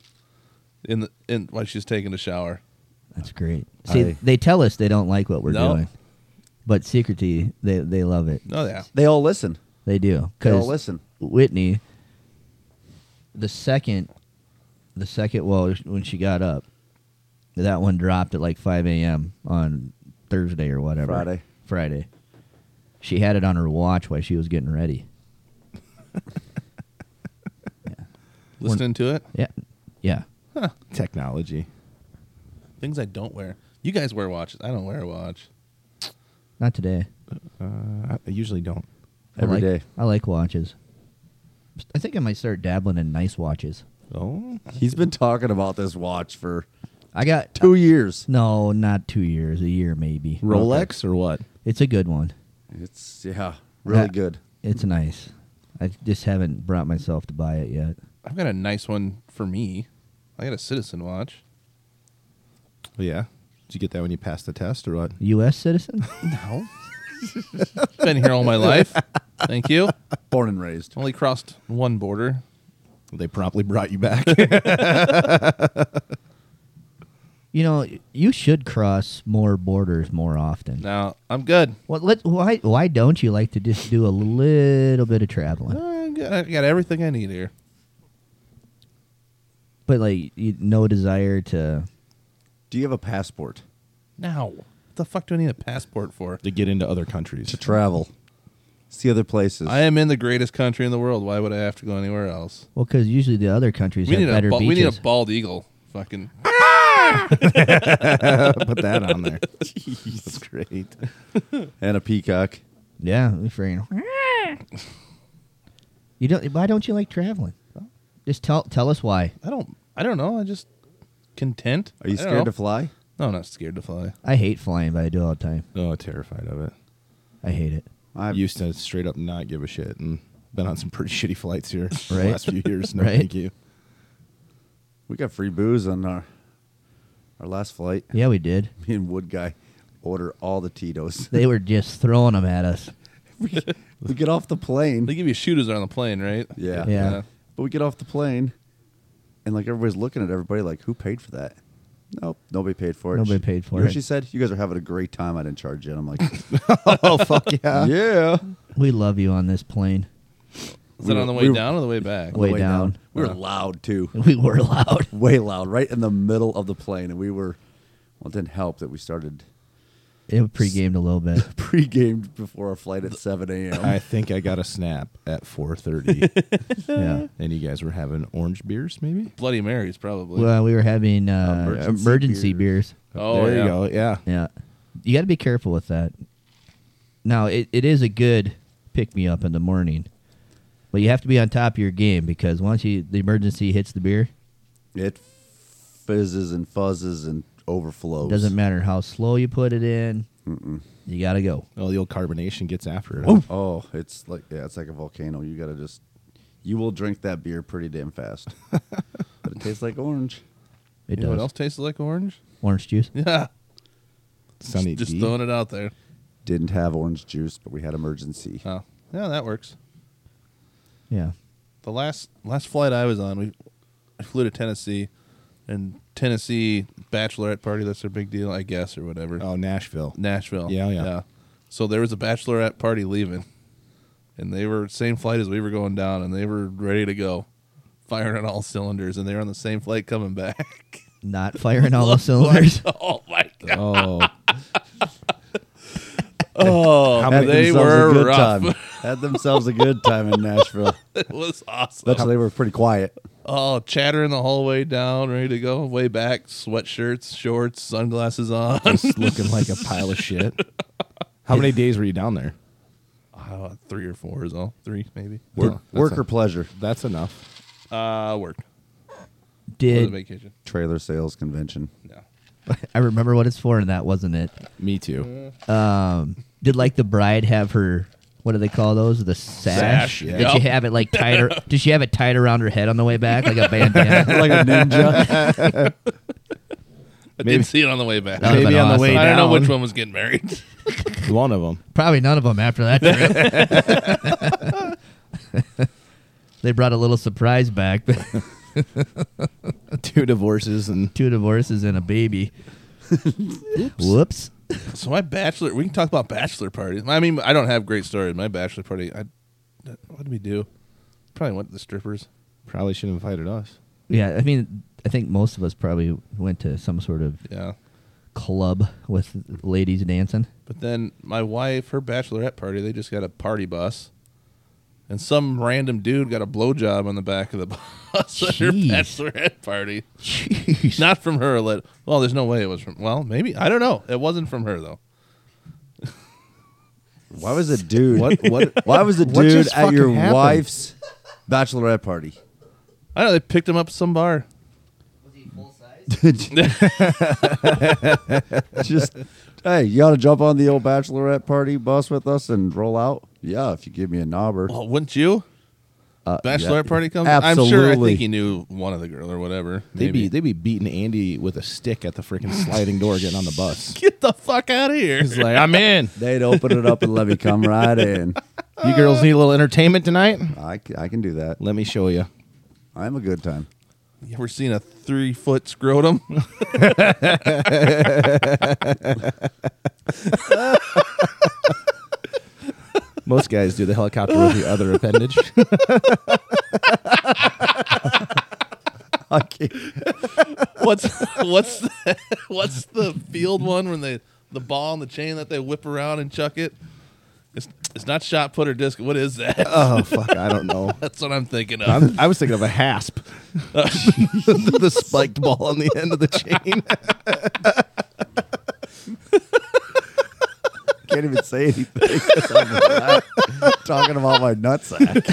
S3: in the in while she's taking a shower.
S4: That's great. See,
S5: I-
S4: they tell us they don't like what we're
S3: No.
S4: doing, but secretly they they love it.
S3: No, yeah,
S5: They all listen.
S4: They do
S5: They all
S4: because
S5: listen.
S4: Whitney, the second, the second well when she got up, that one dropped at like five a.m. on Thursday or whatever.
S5: Friday.
S4: Friday. She had it on her watch while she was getting ready.
S3: listening to it.
S4: Yeah, yeah.
S1: Technology.
S3: Things I don't wear. You guys wear watches. I don't wear a watch.
S4: Not today.
S1: Uh, I usually don't.
S5: Every
S4: I like,
S5: day.
S4: I like watches. I think I might start dabbling in nice watches.
S1: Oh,
S5: He's been talking about this watch for uh,
S4: I got
S5: two years.
S4: No, not two years. A year maybe.
S1: Rolex or what?
S4: It's a good one.
S5: It's yeah, really
S4: Yeah.
S5: good.
S4: It's nice. I just haven't brought myself to buy it yet.
S3: I've got a nice one for me. I got a Citizen watch.
S1: Yeah. Did you get that when you passed the test or what?
S4: U.S. citizen?
S3: No, been here all my life. Thank you.
S5: Born and raised.
S3: Only crossed one border.
S1: They promptly brought you back.
S4: you know, you should cross more borders more often.
S3: Now I'm good.
S4: Well, let why why don't you like to just do a little bit of traveling?
S3: I got, Uh, I got everything I need here.
S4: But like, you, no desire to.
S5: Do you have a passport
S3: Now, what the fuck do I need a passport for?
S1: to get into other countries.
S5: to travel? See other places.
S3: I am in the greatest country in the world. Why would I have to go anywhere else?
S4: Well, because usually the other countries
S3: We
S4: have
S3: need, a
S4: better
S3: ba-
S4: beaches.
S3: we need a bald eagle. Fucking
S1: Put that on there.
S5: That's great. and a peacock.
S4: Yeah, I'm afraid. you don't. Why don't you like traveling? Just tell tell us why.
S3: I don't. I don't know. I just content.
S5: Are you
S3: I don't
S5: scared
S3: know.
S5: to fly?
S3: No, I'm not scared to fly.
S4: I hate flying, but I do all the time.
S1: Oh, terrified of it.
S4: I hate it.
S5: I
S1: I used to straight up not give a shit and been on some pretty shitty flights here the
S4: Right.
S1: last few years. No,
S4: Right.
S1: thank you.
S5: We got free booze on our our last flight.
S4: Yeah, we did.
S5: Me and Wood guy order all the Tito's.
S4: They were just throwing them at us.
S5: we get off the plane.
S3: They give you shooters on the plane, right?
S5: Yeah.
S4: Yeah.
S5: But we get off the plane, and like everybody's looking at everybody, like, who paid for that? Nope, nobody paid for it.
S4: Nobody
S5: She-
S4: paid for
S5: you know what
S4: it.
S5: She said, "You guys are having a great time. I didn't charge it." I'm like,
S1: oh fuck yeah!
S5: "Yeah."
S4: We love you on this plane.
S3: Is it on the way
S5: We were-
S3: down or the way back?
S4: Way down.
S5: We were loud too,
S4: We were loud.
S5: way loud, right in the middle of the plane, and we were. Well, it didn't help that we started
S4: It pre-gamed a little bit.
S5: pre-gamed before our flight at 7 a.m.
S1: I think I got a snap at 4:30,
S4: yeah.
S1: and you guys were having orange beers, maybe.
S3: Bloody Marys, probably.
S4: Well, we were having uh,
S5: Emergency
S4: emergency,
S5: beers.
S4: beers.
S3: oh,
S1: there
S3: yeah.
S1: you go. Yeah,
S4: Yeah. You got to be careful with that. Now, it, it is a good pick me up in the morning, but you have to be on top of your game because once you the emergency hits the beer,
S5: It fizzes and fuzzes and overflows.
S4: it doesn't matter how slow you put it in, you got to go.
S1: Oh, the old carbonation gets after it.
S5: Oh, it's like yeah, it's like a volcano. You gotta just, you will drink that beer pretty damn fast. but it tastes like orange.
S4: It
S3: You know what
S4: does.
S3: else tastes like orange?
S4: Orange juice.
S3: Yeah.
S1: Sunny
S3: just
S1: D.
S3: throwing it out there.
S5: Didn't have orange juice, but we had emergency.
S3: Oh, yeah, that works.
S4: Yeah.
S3: The last last flight I was on, we I flew to Tennessee, and Tennessee bachelorette party. That's their big deal, I guess, or whatever.
S1: Oh, Nashville.
S3: Nashville.
S1: Yeah, yeah.
S3: So there was a bachelorette party leaving, and they were same flight as we were going down, and they were ready to go, firing on all cylinders, and they were on the same flight coming back.
S4: Not firing all the cylinders.
S3: oh my god!
S1: Oh,
S3: Oh,
S1: How many
S3: they were rough.
S5: time. had themselves a good time in Nashville.
S3: it was awesome.
S5: That's why they were pretty quiet.
S3: Oh, chatter in the hallway down, ready to go. Way back, sweatshirts, shorts, sunglasses on.
S1: just looking like a pile of shit. How many days were you down there?
S3: Uh, three or four is all. Three, maybe.
S5: Work,
S1: Oh, that's
S5: work
S1: a-
S5: or pleasure.
S1: That's enough.
S3: Uh, work. It, was a
S4: Did
S3: vacation.
S5: Trailer sales convention.
S3: Yeah.
S4: I remember what it's for and that wasn't it?
S1: Me
S3: Uh,
S1: too.
S4: Um, did like the bride have her what do they call those? The sash?
S3: Sash,
S4: Did
S3: yeah.
S4: she have it like tied? Her, did she have it tied around her head on the way back like a bandana?
S5: like a
S3: I
S5: ninja.
S1: Maybe-
S3: did see it on the way back.
S4: That would've
S1: Maybe
S4: been
S1: on the
S4: awesome.
S1: way
S3: I don't know
S1: down.
S3: which one was getting married.
S1: One of them.
S4: Probably none of them after that trip. they brought a little surprise back, but
S1: Two divorces and
S4: two divorces and a baby. Whoops.
S3: so my bachelor, we can talk about bachelor parties. I mean, I don't have great stories. My bachelor party, I, what did we do? Probably went to the strippers.
S1: probably should have invited us.
S4: Yeah, I mean, I think most of us probably went to some sort of
S3: Yeah.
S4: club with ladies dancing.
S3: But then my wife, her bachelorette party, they just got a party bus. And some random dude got a blowjob on the back of the bus at her
S4: Jeez.
S3: bachelorette party.
S4: Jeez.
S3: Not from her. Let well, there's no way it was from. Well, maybe I don't know. It wasn't from her though.
S5: Why was a dude?
S1: What? What?
S5: Why was a
S1: What
S5: dude
S1: just
S5: at your
S1: fucking happened?
S5: wife's bachelorette party?
S3: I don't know they picked him up at some bar.
S5: just hey, you ought to jump on the old bachelorette party bus with us and roll out. Yeah, if you give me a knobber.
S3: Well, wouldn't you? bachelorette
S5: yeah.
S3: party comes. I'm sure. I
S5: Absolutely.
S3: think he knew one of the girl or whatever.
S1: They'd
S3: maybe.
S1: be they'd be beating Andy with a stick at the freaking sliding door getting on the bus.
S3: Get the fuck out of here!
S1: He's like, I'm in.
S5: They'd open it up and let me come right in.
S1: You girls need a little entertainment tonight.
S5: I, c- I can do that.
S1: Let me show you.
S5: I'm a good time.
S3: You ever seen a three foot scrotum?
S1: Most guys do the helicopter with the other appendage.
S5: I can't-
S3: what's what's the, what's the field one when they the ball and the chain that they whip around and chuck it? It's, It's not shot put or disc. What is that?
S1: Oh fuck, I don't know.
S3: That's what I'm thinking of.
S1: I'm, I was thinking of a hasp, the spiked ball on the end of the chain.
S5: Can't even say anything. Talking about my nutsack.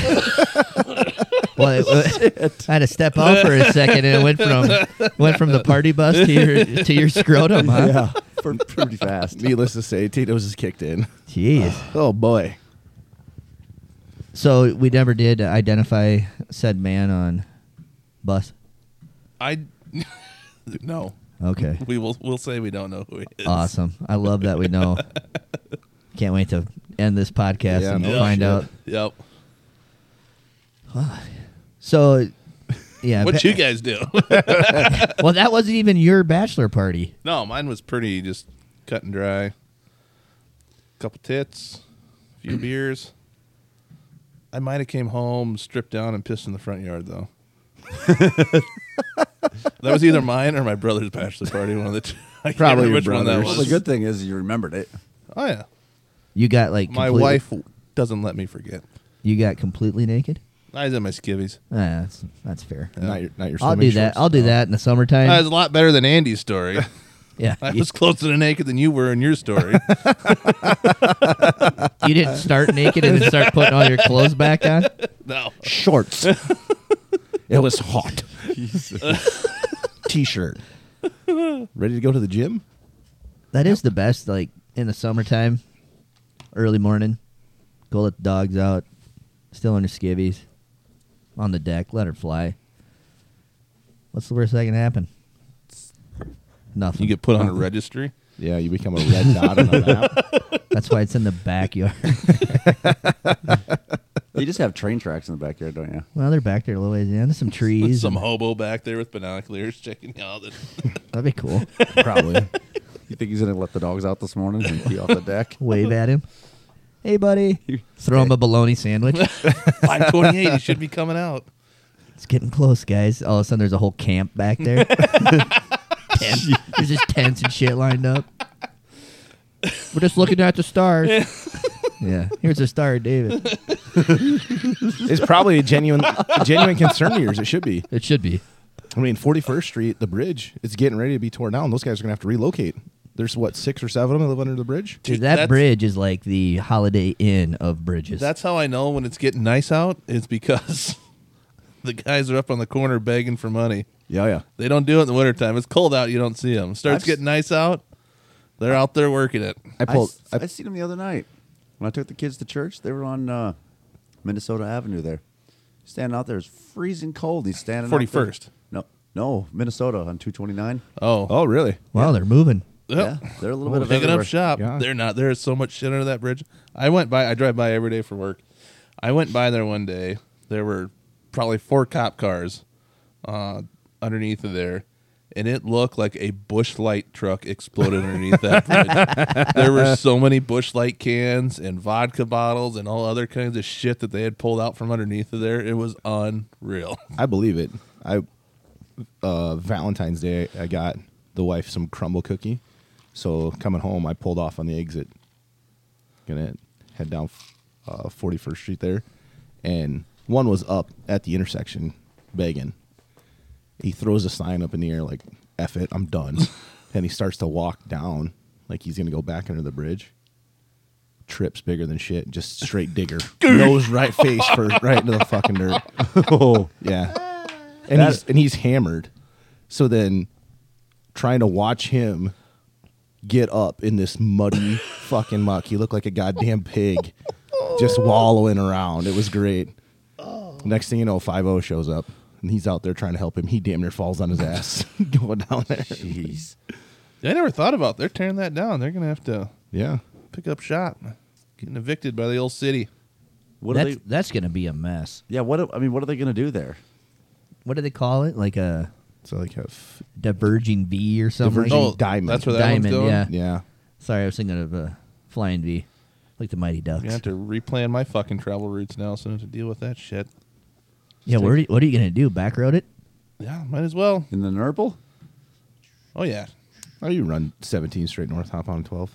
S4: Well, it- I had to step out for a second, and it went from went from the party bus to your to your scrotum. Huh?
S5: Yeah, for pretty fast.
S1: Needless to say, Tito's is kicked in.
S4: Jeez.
S1: Oh boy.
S4: So we never did identify said man on bus.
S3: I no.
S4: Okay.
S3: We will. We'll say we don't know who he is.
S4: Awesome. I love that we know. Can't wait to end this podcast
S1: Yeah,
S4: and
S1: no
S4: find
S1: shit.
S4: out.
S3: Yep.
S4: So, yeah.
S3: What
S4: pa-
S3: you guys do?
S4: well, that wasn't even your bachelor party.
S3: no, mine was pretty just cut and dry. Couple tits, few beers. I might have came home stripped down and pissed in the front yard though. that was either mine or my brother's bachelor party. One of the two. I can't
S1: Probably
S3: remember
S1: your
S3: which one that
S1: brother's.
S5: Well, the
S3: was.
S5: good thing is you remembered it.
S3: Oh yeah,
S4: You got like
S3: my
S4: completely-
S3: wife doesn't let me forget.
S4: You got completely naked.
S3: I was in my skivvies.
S4: Ah, that's that's fair.
S1: Not your, not your
S4: I'll
S1: swimming
S4: do that.
S1: shorts.
S4: I'll do that in the summertime.
S3: That was a lot better than Andy's story.
S4: yeah,
S3: I
S4: you,
S3: was closer to naked than you were in your story.
S4: you didn't start naked and then start putting all your clothes back on.
S3: no.
S1: Shorts. it was hot. T-shirt. Ready to go to the gym?
S4: That is the best. Like in the summertime, early morning, go let the dogs out. Still in your skivvies, on the deck. Let her fly. What's the worst that can happen? Nothing.
S3: You get put on a registry.
S1: Yeah, you become a red dot on a map.
S4: That's why it's in the backyard.
S5: You just have train tracks in the backyard, don't you?
S4: well, they're back there a little ways in. There's some trees.
S3: Some hobo back there with binoculars checking out. The,
S4: That'd be cool.
S1: Probably.
S5: You think he's gonna let the dogs out this morning and pee off the deck?
S4: Wave at him. Hey, buddy. Throw him a bologna sandwich.
S3: 528, he should be coming out.
S4: It's getting close, guys. All of a sudden, there's a whole camp back there. Tent. There's just tents and shit lined up. We're just looking at the stars. yeah, here's a star, David.
S1: It's probably a genuine, a genuine concern of yours. It should be.
S4: It should be.
S1: I mean, 41st Street, the bridge, it's getting ready to be torn down. Those guys are going to have to relocate. There's what, six or seven of them that live under the bridge?
S4: Dude,
S3: that's-
S4: that bridge is like the Holiday Inn of bridges.
S3: That's how I know when it's getting nice out, is because the guys are up on the corner begging for money.
S1: Yeah, yeah.
S3: They don't do it in the wintertime. It's cold out, you don't see them. Starts
S5: I've-
S3: getting nice out, they're out there working it.
S1: I
S5: I,
S1: pulled.
S5: s-
S1: I,
S5: I seen them the other night when I took the kids to church. They were on uh, Minnesota Avenue there, standing out there. It's freezing cold. He's standing out there.
S3: 41st.
S5: No, no, Minnesota on two twenty nine.
S3: Oh.
S1: oh, really?
S4: wow, they're moving.
S5: Yeah, they're a little bit of
S3: picking
S5: everywhere.
S3: up shop.
S1: Yeah.
S3: They're not. There's so much shit under that bridge. I went by. I drive by every day for work. I went by there one day. There were probably four cop cars uh, underneath of there, and it looked like a bush light truck exploded underneath that bridge. There were so many bush light cans and vodka bottles and all other kinds of shit that they had pulled out from underneath of there. It was unreal.
S1: I believe it. I uh, Valentine's Day, I got the wife some crumble cookie. So coming home, I pulled off on the exit, gonna head down uh, 41st Street there, and one was up at the intersection begging. He throws a sign up in the air like "F it, I'm done," and he starts to walk down like he's gonna go back under the bridge. Trips bigger than shit, just straight digger, nose right face first, right into the fucking dirt.
S5: Oh,
S1: Yeah. And he's and he's hammered. So then trying to watch him get up in this muddy fucking muck. He looked like a goddamn pig just wallowing around. It was great. Next thing you know, 5 shows up and he's out there trying to help him. He damn near falls on his ass going down there.
S5: jeez.
S3: I never thought about. They're tearing that down. They're gonna have to
S1: Yeah.
S3: pick up shop. Getting evicted by the old city.
S5: What are
S4: that's
S5: they?
S4: that's gonna be a mess.
S5: Yeah, what? do- I mean, what are they gonna do there?
S4: What do they call it? Like a
S1: So like have
S4: diverging V or something.
S1: Diverging-
S4: like
S3: Oh,
S4: that?
S1: Diamond.
S3: That's where that
S4: Diamond,
S3: one's going.
S4: yeah.
S1: yeah.
S4: Sorry, I was thinking of a flying V, like the Mighty Ducks.
S3: You have to replan my fucking travel routes now, so I have to deal with that shit.
S4: yeah, where do you- what are you gonna do? Back road it?
S3: Yeah, might as well.
S5: In the Nurple?
S3: Oh yeah,
S1: Oh, you run 17 straight north, hop on 12.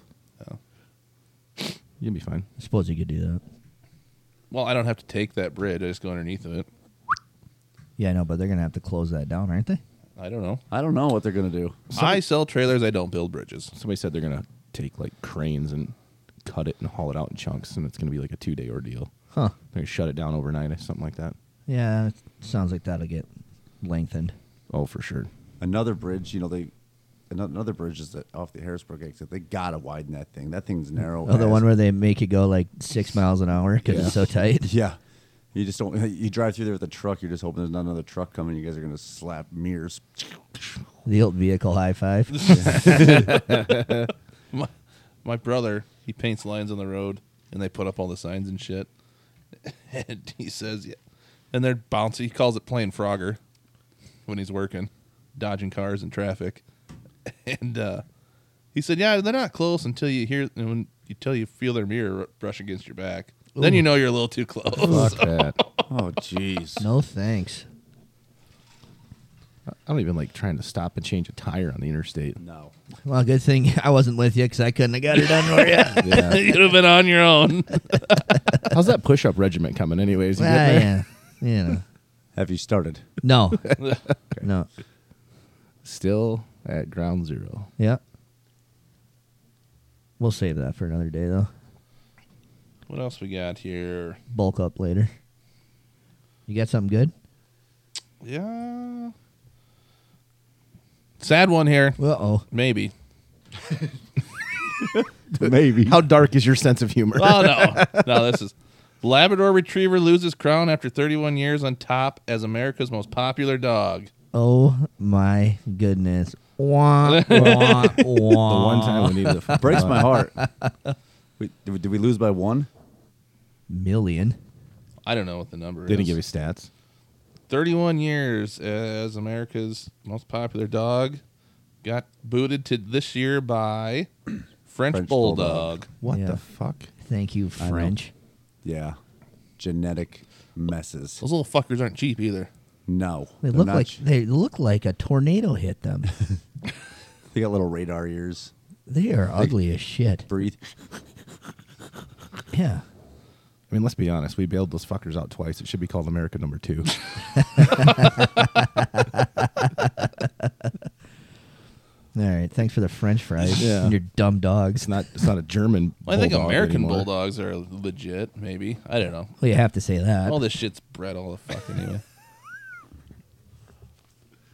S1: You'll be fine.
S4: I suppose you could do that.
S3: Well, I don't have to take that bridge. I just go underneath of it.
S4: Yeah, I know, but they're gonna have to close that down, aren't they?
S3: I don't know.
S5: I don't know what they're gonna do.
S3: I sell trailers. I don't build bridges.
S1: Somebody said they're gonna take like cranes and cut it and haul it out in chunks, and it's gonna be like a two day ordeal.
S4: Huh.
S1: They're gonna shut it down overnight or something like that.
S4: Yeah, it sounds like that'll get lengthened.
S1: Oh, for sure.
S5: Another bridge, you know, they ano- another bridge is that off the Harrisburg exit. They gotta widen that thing. That thing's narrow.
S4: Oh, the
S5: as-
S4: one where they make it go like six miles an hour because it's so tight.
S5: Yeah. You just don't. You drive through there with a truck. You're just hoping there's not another truck coming. You guys are gonna slap mirrors.
S4: The old vehicle high five.
S3: My, my brother, he paints lines on the road, and they put up all the signs and shit. And he says, yeah. And they're bouncy. He calls it playing Frogger when he's working, dodging cars and traffic. And uh, he said, yeah, they're not close until you hear when until you feel their mirror brush against your back. Then you know you're a little too close.
S1: Fuck that.
S5: Oh, jeez.
S4: no thanks.
S1: I don't even like trying to stop and change a tire on the interstate.
S5: No.
S4: Well, good thing I wasn't with you because I couldn't have got it done for you.
S1: Yeah.
S3: You'd have been on your own.
S1: How's that push up regiment coming, anyways? You
S4: well,
S1: getting there?
S4: yeah, you know,
S5: Have you started?
S4: no, no,
S1: Still at ground zero.
S4: yeah. We'll save that for another day, though.
S3: What else we got here?
S4: Bulk up later. You got something good?
S3: Yeah. Sad one here.
S4: Uh oh.
S3: Maybe.
S5: Maybe.
S1: How dark is your sense of humor?
S3: Oh no, no. This is Labrador Retriever loses crown after 31 years on top as America's most popular dog.
S4: Oh my goodness. Wah, wah,
S1: the
S4: wah.
S1: one time we needed a
S5: breaks my heart. Wait, did, we, did we lose by one?
S4: Million.
S3: I don't know what the number
S1: They didn't
S3: is.
S1: give you stats.
S3: 31 years as America's most popular dog. Got booted to this year by French,
S5: French
S3: Bulldog.
S5: Bulldog.
S1: What
S4: Yeah.
S1: the fuck?
S4: Thank you,
S5: I know.
S4: French.
S5: Yeah. Genetic messes.
S3: Those little fuckers aren't cheap either.
S5: No.
S4: They
S5: they're
S4: look
S5: not
S4: like
S5: sh-
S4: they look like a tornado hit them.
S5: they got little radar ears.
S4: they are ugly as shit.
S5: Breathe.
S4: Yeah.
S1: I mean, let's be honest. We bailed those fuckers out twice. It should be called America Number Two.
S4: All right. Thanks for the French fries
S1: Yeah.
S4: and your dumb dogs.
S1: it's not. It's not a German.
S3: Well, I think
S1: bulldog
S3: American
S1: anymore.
S3: bulldogs are legit. Maybe I don't know.
S4: Well, you have to say that.
S3: All this shit's bred all the fuck anyway.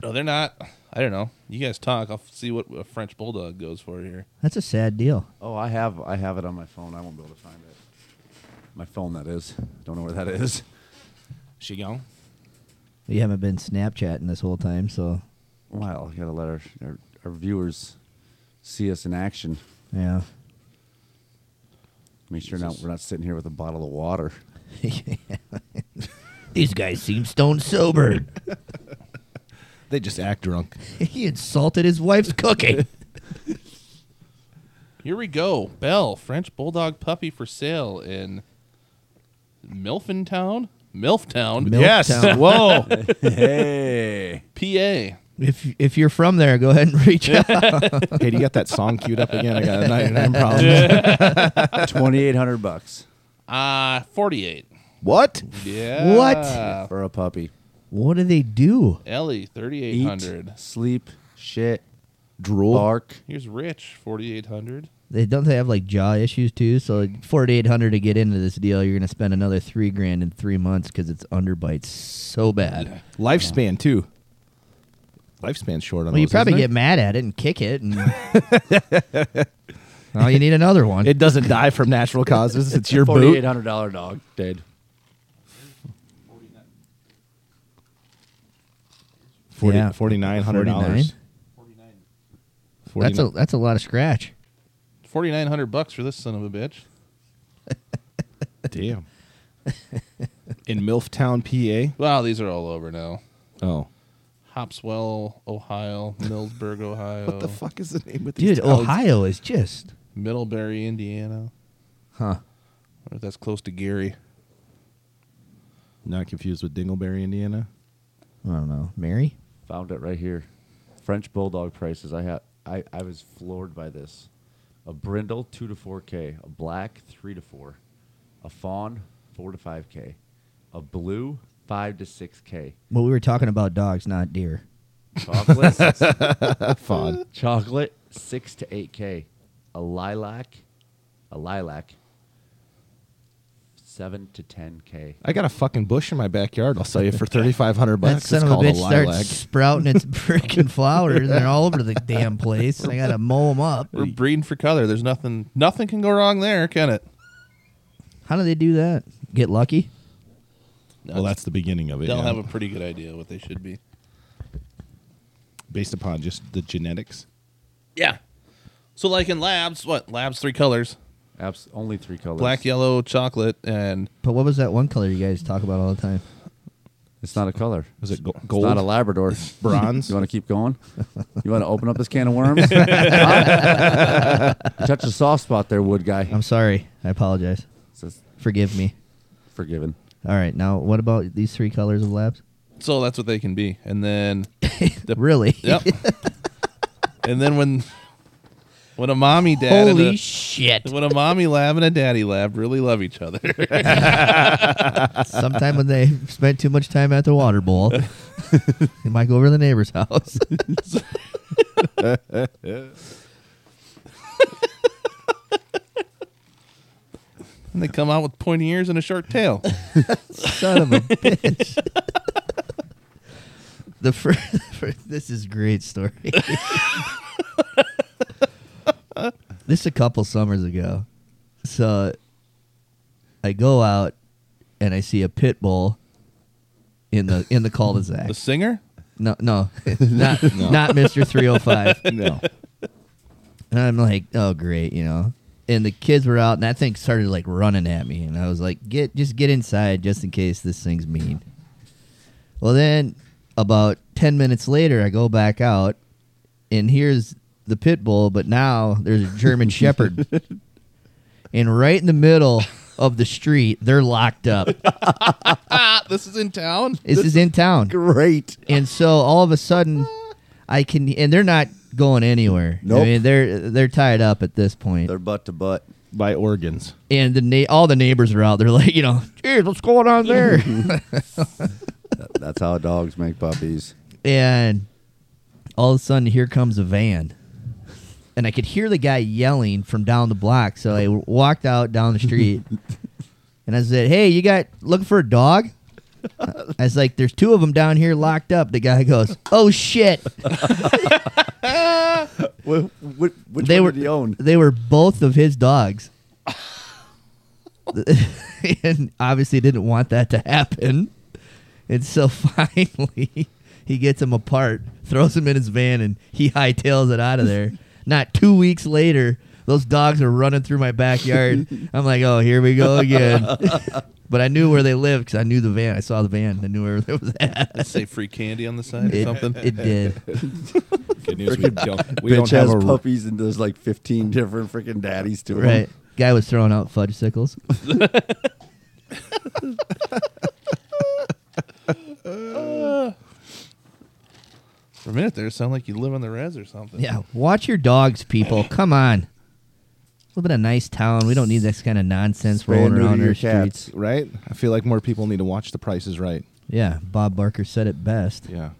S3: no, they're not. I don't know. You guys talk. I'll see what a French bulldog goes for here.
S4: That's a sad deal.
S5: Oh, I have I have it on my phone. I won't be able to find it. My phone that is. Don't know where that is.
S3: She gone?
S4: You haven't been Snapchatting this whole time, so
S5: Wow, you gotta let our, our our viewers see us in action.
S4: yeah.
S5: Make sure not, we're not sitting here with a bottle of water.
S4: These guys seem stone sober.
S1: They just act drunk.
S4: he insulted his wife's cooking.
S3: Here we go. Belle, French bulldog puppy for sale in Milfentown, Milftown,
S4: Milftown. Yes.
S3: Whoa,
S5: hey.
S3: PA.
S4: if if you're from there, go ahead and reach out.
S1: hey, do you got that song queued up again? I got a 99 problem.
S5: Twenty eight hundred bucks
S3: Uh forty-eight.
S1: What?
S3: Yeah.
S4: What?
S5: for a puppy.
S4: What do they do?
S3: Ellie, thirty-eight
S5: Eat,
S3: hundred.
S5: sleep, shit,
S1: Drool.
S5: bark.
S3: Here's Rich, forty-eight hundred.
S4: They don't they have like jaw issues too? So forty eight hundred to get into this deal, you're gonna spend another three grand in three months because it's underbites so bad.
S1: Lifespan too. Lifespan's short on.
S4: Well, you
S1: those,
S4: probably
S1: isn't
S4: get
S1: it?
S4: mad at it and kick it, and now you need another one.
S1: It doesn't die from natural causes. It's your
S5: Forty eight
S1: boot.
S5: hundred dollar dog. Dead.
S1: Forty
S4: Yeah.
S1: forty nine hundred dollars.
S4: That's a that's a lot of scratch.
S3: Forty-nine hundred bucks for this son of a bitch.
S1: damn. In Milftown,
S3: Wow, these are all over now.
S1: PA. Oh,
S3: Hopswell, Ohio, Millsburg, Ohio,
S1: what the fuck is the name with these
S4: Dude,
S1: towns?
S4: Ohio is just
S3: Middlebury, Indiana.
S4: huh.
S3: Or if that's close to Gary.
S1: Not confused with Dingleberry, Indiana.
S4: I don't know. Mary?
S5: Found it right here. French bulldog prices. I had I, I was floored by this. a brindle two to four k, a black three to four, a fawn four to five k, a blue five to six k.
S4: Well, we were talking about dogs, not deer.
S5: Chocolate,
S1: Fawn.
S5: chocolate six to eight k, a lilac, a lilac seven to ten k.
S1: I got a fucking bush in my backyard. I'll sell you for thirty five hundred
S4: That
S1: bucks.
S4: son
S1: It's
S4: of a
S1: called a
S4: bitch
S1: lilac.
S4: starts sprouting its freaking flowers, and they're all over the damn place. and I gotta mow them up.
S3: We're breeding for color. There's nothing nothing can go wrong there, can it?
S4: How do they do that? Get lucky?
S1: Well, that's the beginning of it.
S3: They'll
S1: yeah.
S3: have a pretty good idea what they should be.
S1: based upon just the genetics.
S3: Yeah. So like in labs, what labs three colors:
S5: Abs- only three colors.
S3: black, yellow, chocolate, and
S4: But what was that one color you guys talk about all the time?
S5: It's not a color.
S1: Was it go-
S5: It's
S1: gold?
S5: not a Labrador.
S1: bronze?
S5: You want to keep going? You want to open up this can of worms? Huh? you touched a soft spot there, wood guy.
S4: I'm sorry. I apologize.
S5: It's just
S4: Forgive me.
S5: forgiven.
S4: All right, now what about these three colors of labs?
S3: so that's what they can be. And then, the,
S4: Really?
S3: yep. and then when when a mommy dad and
S4: Holy
S3: a-
S4: shit!
S3: when a mommy lab and a daddy lab really love each other,
S4: Sometime when they spent too much time at the water bowl, they might go over to the neighbor's house.
S3: and they come out with pointy ears and a short tail.
S4: Son of a bitch. the first, this is a great story. this a couple summers ago. So I go out and I see a pit bull in the in the cul-de-sac.
S3: The singer,
S4: No, no, not not Mr. 305.
S1: no.
S4: And I'm like, oh great, you know. And the kids were out, and that thing started like running at me, and I was like, get just get inside just in case this thing's mean. Well, then about ten minutes later, I go back out, and here's the pit bull, but now there's a German Shepherd, and right in the middle of the street, they're locked up.
S3: ah, this is in town.
S4: This is in town.
S5: Great.
S4: and so all of a sudden I can and they're not going anywhere. I
S5: Nope.
S4: mean they're they're tied up at this point.
S5: They're butt to butt.
S1: By organs.
S4: and the na- all the neighbors are out. They're like, you know, geez, what's going on there?
S5: That- That's how dogs make puppies.
S4: and all of a sudden here comes a van. And I could hear the guy yelling from down the block. So I walked out down the street and I said, Hey, you got looking for a dog? I was like, There's two of them down here locked up. The guy goes, Oh shit.
S5: What, what, which
S4: they
S5: one
S4: were
S5: did he own?
S4: They were both of his dogs. and obviously didn't want that to happen. And so finally he gets him apart, throws him in his van and he hightails it out of there. Not 2 weeks later, those dogs are running through my backyard. I'm like, "Oh, here we go again." but I knew where they lived cuz I knew the van. I saw the van. I knew where it was at.
S3: Let's say free candy on the side or
S4: It,
S3: something.
S4: it did.
S1: Good news. We don't, we
S5: Bitch
S1: don't have
S5: has
S1: a r-
S5: puppies and there's like 15 different freaking daddies to him.
S4: Right. Guy was throwing out fudgesicles.
S3: For a minute there, it sounded like you live on the res or something.
S4: Yeah, watch your dogs, people. Come on. Live in a nice town. We don't need this kind of nonsense
S5: Spay and
S4: rolling around
S5: neuter
S4: our
S5: your cats.
S4: streets.
S1: right. I feel like more people need to watch The Price is Right.
S4: Yeah, Bob Barker said it best.
S1: Yeah.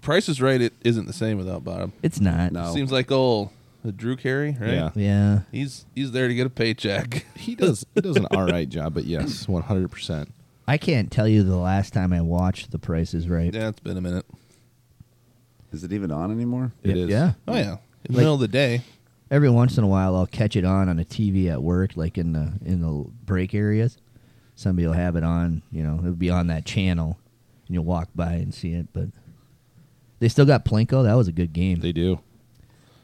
S3: Price is Right. It isn't the same without Bottom.
S4: It's not.
S5: No.
S3: Seems like old Drew Carey, right?
S1: Yeah.
S4: Yeah.
S3: He's he's there to get a paycheck.
S1: He does. He does an all right job, but yes, one hundred percent.
S4: I can't tell you the last time I watched The Price is Right.
S3: yeah, it's been a minute.
S5: Is it even on anymore?
S1: It
S4: Yeah.
S1: is.
S4: Yeah.
S3: Oh yeah, in the
S4: Like-
S3: middle of the day.
S4: Every once in a while, I'll catch it on on a TV at work, like in the in the break areas. Somebody will have it on. You know, it'll be on that channel, and you'll walk by and see it. But they still got Plinko. That was a good game.
S1: They do.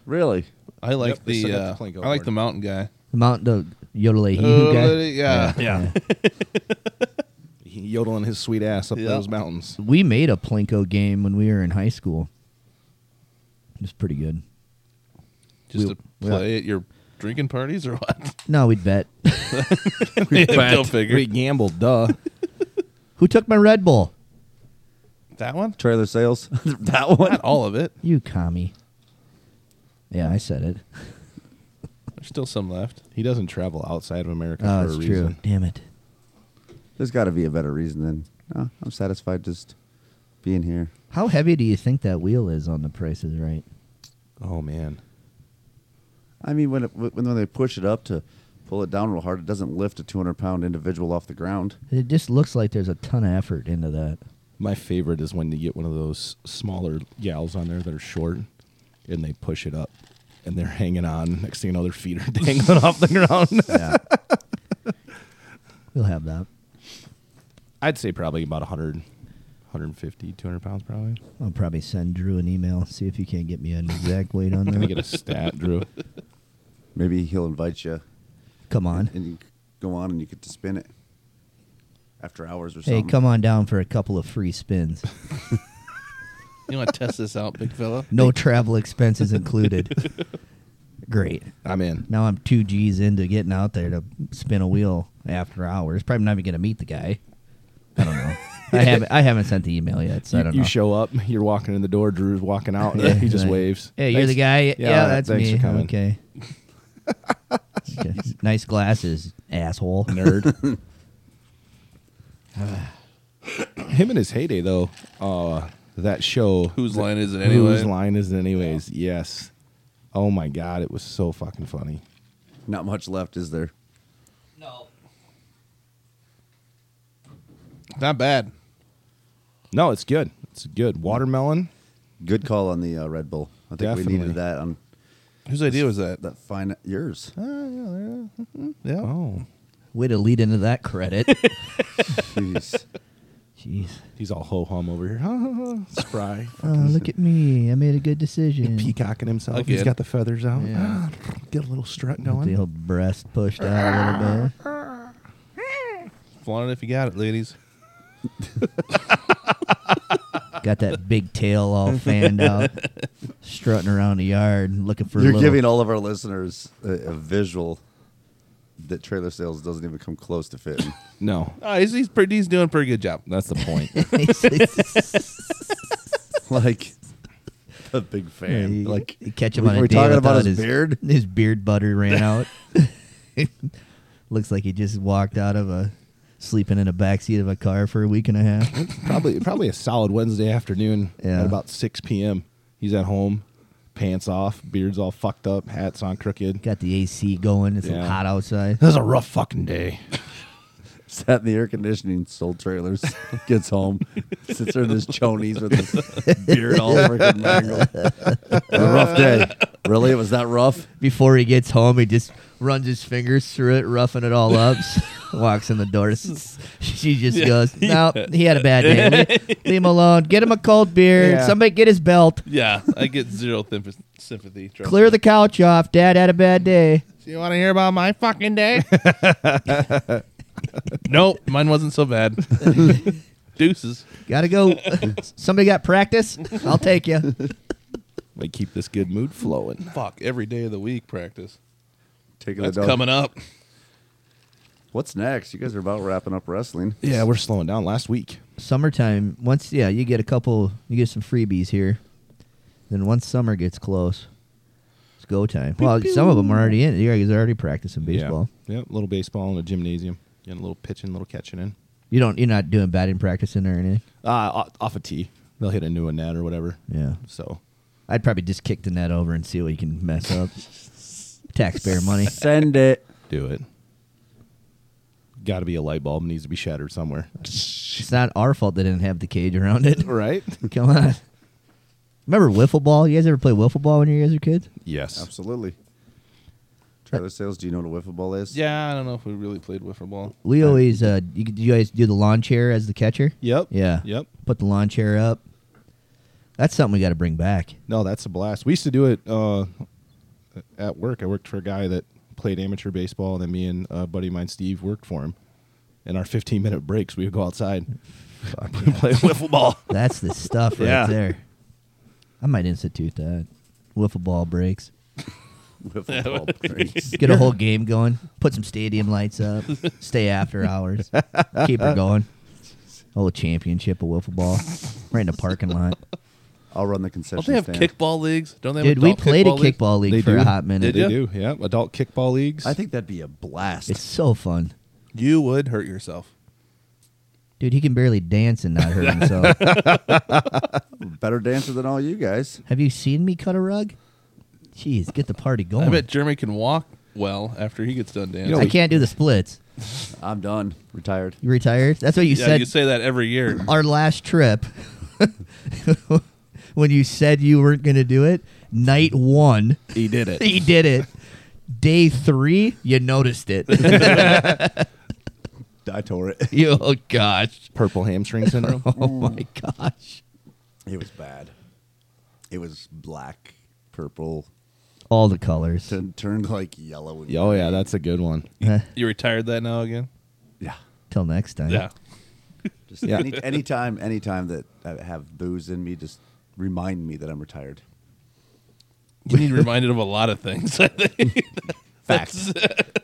S5: Really?
S3: I like
S1: Yep, they still
S3: the
S1: got
S3: uh,
S1: the Plinko
S3: I like
S1: board.
S3: the mountain guy.
S4: the Mount the Yodelay
S3: Oh,
S4: guy.
S3: yeah.
S4: yeah.
S1: He yodeling his sweet ass up
S3: Yeah.
S1: those mountains.
S4: we made a Plinko game when we were in high school. It was pretty good.
S3: Just
S4: We-
S3: to play at your drinking parties or what?
S4: No, we'd bet.
S3: Go figure.
S1: We gambled, duh.
S4: Who took my Red Bull?
S3: that one?
S5: Trailer sales? that one?
S3: Not all of it.
S4: You commie. Yeah, I said it.
S3: There's still some left.
S1: He doesn't travel outside of America
S4: Oh,
S1: for a
S4: it's true.
S1: reason.
S4: Damn it.
S5: There's got to be a better reason than no, I'm satisfied just being here.
S4: How heavy do you think that wheel is on the prices, right?
S1: Oh man,
S5: I mean, when it, when when they push it up to pull it down real hard, it doesn't lift a 200 pound individual off the ground.
S4: It just looks like there's a ton of effort into that.
S1: my favorite is when you get one of those smaller gals on there that are short, and they push it up, and they're hanging on. Next thing you know, their feet are dangling off the ground.
S4: Yeah. we'll have that.
S1: I'd say probably about 100, 150, 200 pounds probably.
S4: I'll probably send Drew an email, see if he can't get me an exact weight on
S1: Let me
S4: there.
S1: get a stat, Drew.
S5: Maybe he'll invite you,
S4: Come on.
S5: and you go on and you get to spin it after hours or
S4: Hey,
S5: something.
S4: come on down for a couple of free spins.
S3: You want to test this out, big fella?
S4: No travel expenses included. Great.
S1: I'm in.
S4: Now I'm two G's into getting out there to spin a wheel after hours. Probably not even gonna meet the guy. I don't know. I haven't I haven't sent the email yet, so
S1: you,
S4: I don't
S1: you
S4: know.
S1: show up, you're walking in the door, Drew's walking out, and
S4: Yeah,
S1: he just
S4: right.
S1: waves.
S4: Hey, you're the
S1: Thanks.
S4: guy. Yeah,
S1: Yeah,
S4: that's
S1: thanks
S4: me.
S1: for coming.
S4: Okay. Okay. Nice glasses, asshole.
S1: nerd. Him in his heyday, though, uh, that show.
S3: Whose line is it anyway?
S1: Whose line is it anyways? Yes. Oh my god, it was so fucking funny.
S5: Not much left, is there?
S4: No.
S3: Not bad.
S1: No, it's good. It's good. Watermelon.
S5: Good call on the uh, Red Bull. I think we
S1: Definitely.
S5: needed that on
S3: Whose idea was that?
S5: that fine yours.
S3: Yeah.
S1: Oh,
S4: Way to lead into that credit.
S5: Jeez.
S4: Jeez.
S1: he's all ho hum over here. Spry,
S4: Oh, look at me. I made a good decision.
S1: peacocking himself.
S3: Again.
S1: He's got the feathers out.
S4: Yeah.
S1: Get a little strut
S4: Got The
S1: going.
S4: old breast pushed out a little bit.
S3: Flaunt it if you got it, ladies.
S4: Got that big tail all fanned out, strutting around the yard, looking for. a
S5: You're
S4: little,
S5: giving all of our listeners a, a visual that trailer sales doesn't even come close to fitting.
S1: No,
S3: Oh, he's, he's pretty. He's doing a pretty good job.
S1: that's the point.
S5: like a big fan.
S4: You
S5: like
S4: catch him
S5: we-
S4: on a
S5: we're
S4: day
S5: talking about
S4: without
S5: his beard?
S4: His beard butter ran out. Looks like he just walked out of a sleeping in a backseat of a car for a week and a half.
S1: probably probably a solid Wednesday afternoon
S4: Yeah.
S1: at about 6 p.m. He's at home, pants off, beard's all fucked up, hats on crooked.
S4: Got the AC going. It's
S1: Yeah.
S4: hot outside.
S1: This is a rough fucking day.
S5: sat in the air conditioning, sold trailers, gets home, sits there in his chonies with his beard all freaking mangled. a rough day. Really? It was that rough?
S4: Before he gets home, he just runs his fingers through it, roughing it all up. walks in the door. S- She just goes, "No, he had a bad day. Leave, leave him alone. Get him a cold beer.
S1: Yeah.
S4: Somebody get his belt.
S3: Yeah, I get zero thimp- sympathy. trust
S4: Clear
S3: me.
S4: the couch off. Dad had a bad day.
S3: So you want to hear about my fucking day? nope, mine wasn't so bad. Deuces.
S4: Gotta go. Somebody got practice. I'll take you.
S1: Like keep this good mood flowing.
S3: Fuck, every day of the week practice.
S5: Taking
S3: That's
S5: the dog.
S3: coming up.
S5: What's next? You guys are about wrapping up wrestling.
S1: Yeah, we're slowing down. Last week,
S4: Summertime. Once, yeah, you get a couple. You get some freebies here. Then once summer gets close, it's go time. Well, some of them are already in. You guys are already practicing baseball.
S1: Yeah, Yep, little baseball in a gymnasium, getting a little pitching, a little catching in.
S4: You don't. You're not doing batting practice in there or anything.
S1: Uh, o- off a tee, they'll hit a new one net or whatever.
S4: Yeah.
S1: So
S4: I'd probably just kick the net over and see what you can mess up. Taxpayer money.
S5: Send it.
S1: do it. Got to be a light bulb needs to be shattered somewhere,
S4: It's not our fault they didn't have the cage around it.
S1: right?
S4: Come on. Remember wiffle ball? You guys ever play wiffle ball when you guys were kids?
S1: Yes,
S5: Absolutely. Trailer sales, do you know what a wiffle ball is?
S3: Yeah, I don't know if we really played wiffle ball.
S4: We always uh, you, you guys do the lawn chair as the catcher.
S1: Yep.
S4: Yeah.
S1: Yep.
S4: Put the lawn chair up. That's something we got to bring back.
S1: No, that's a blast. We used to do it uh, at work. I worked for a guy that played amateur baseball, and then me and a buddy of mine, Steve, worked for him. In our 15 minute breaks, we would go outside and play wiffle ball.
S4: That's the stuff right
S1: Yeah.
S4: there. I might institute that. Wiffle ball breaks.
S5: Wiffle ball. breaks.
S4: Get a whole game going. Put some stadium lights up. Stay after hours. Keep it going. Whole championship of wiffle ball, right in the parking lot.
S5: I'll run the
S3: Don't
S5: concession
S3: they have
S5: stand.
S3: kickball leagues? Don't they?
S4: Dude,
S3: have
S4: we
S3: adult
S4: played
S3: kickball
S4: a
S3: leagues?
S4: kickball league
S1: They
S4: for
S1: do.
S4: a hot minute.
S1: They
S3: ya?
S1: do, yeah. Adult kickball leagues.
S5: I think that'd be a blast.
S4: It's so fun.
S3: You would hurt yourself.
S4: Dude, he can barely dance and not hurt himself.
S5: Better dancer than all you guys.
S4: Have you seen me cut a rug? Jeez, get the party going.
S3: I bet Jeremy can walk well after he gets done dancing.
S1: You know,
S4: I can't do the splits.
S5: I'm done. Retired.
S4: You retired? That's what you
S3: yeah,
S4: said.
S3: you say that every year.
S4: Our last trip, when you said you weren't going to do it, night one,
S1: he did it.
S4: he did it. Day three, you noticed it.
S5: I tore it.
S4: you, oh gosh.
S1: Purple hamstring syndrome.
S4: Oh my gosh.
S5: It was bad. It was black, purple,
S4: All the colors.
S5: then turned like yellow. And
S1: oh yeah, that's a good one.
S4: Eh,
S3: You retired that now again?
S5: yeah.
S4: Till next time.
S3: Yeah.
S5: Just
S1: Yeah.
S5: any anytime, anytime that I have booze in me, just remind me that I'm retired.
S3: You need reminded of a lot of things. I think.
S5: Fact.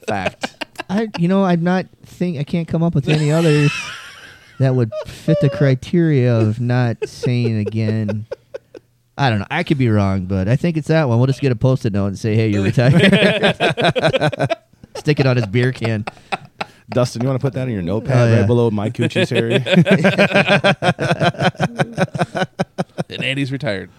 S5: Fact.
S4: I, you know, I'm not think I can't come up with any others that would fit the criteria of not saying again. I don't know. I could be wrong, but I think it's that one. We'll just get a post-it note and say, "Hey, you're retired." Stick it on his beer can.
S1: Dustin, you want to put that in your notepad
S4: Oh, yeah.
S1: right below my coochie's area?
S3: and Andy's retired.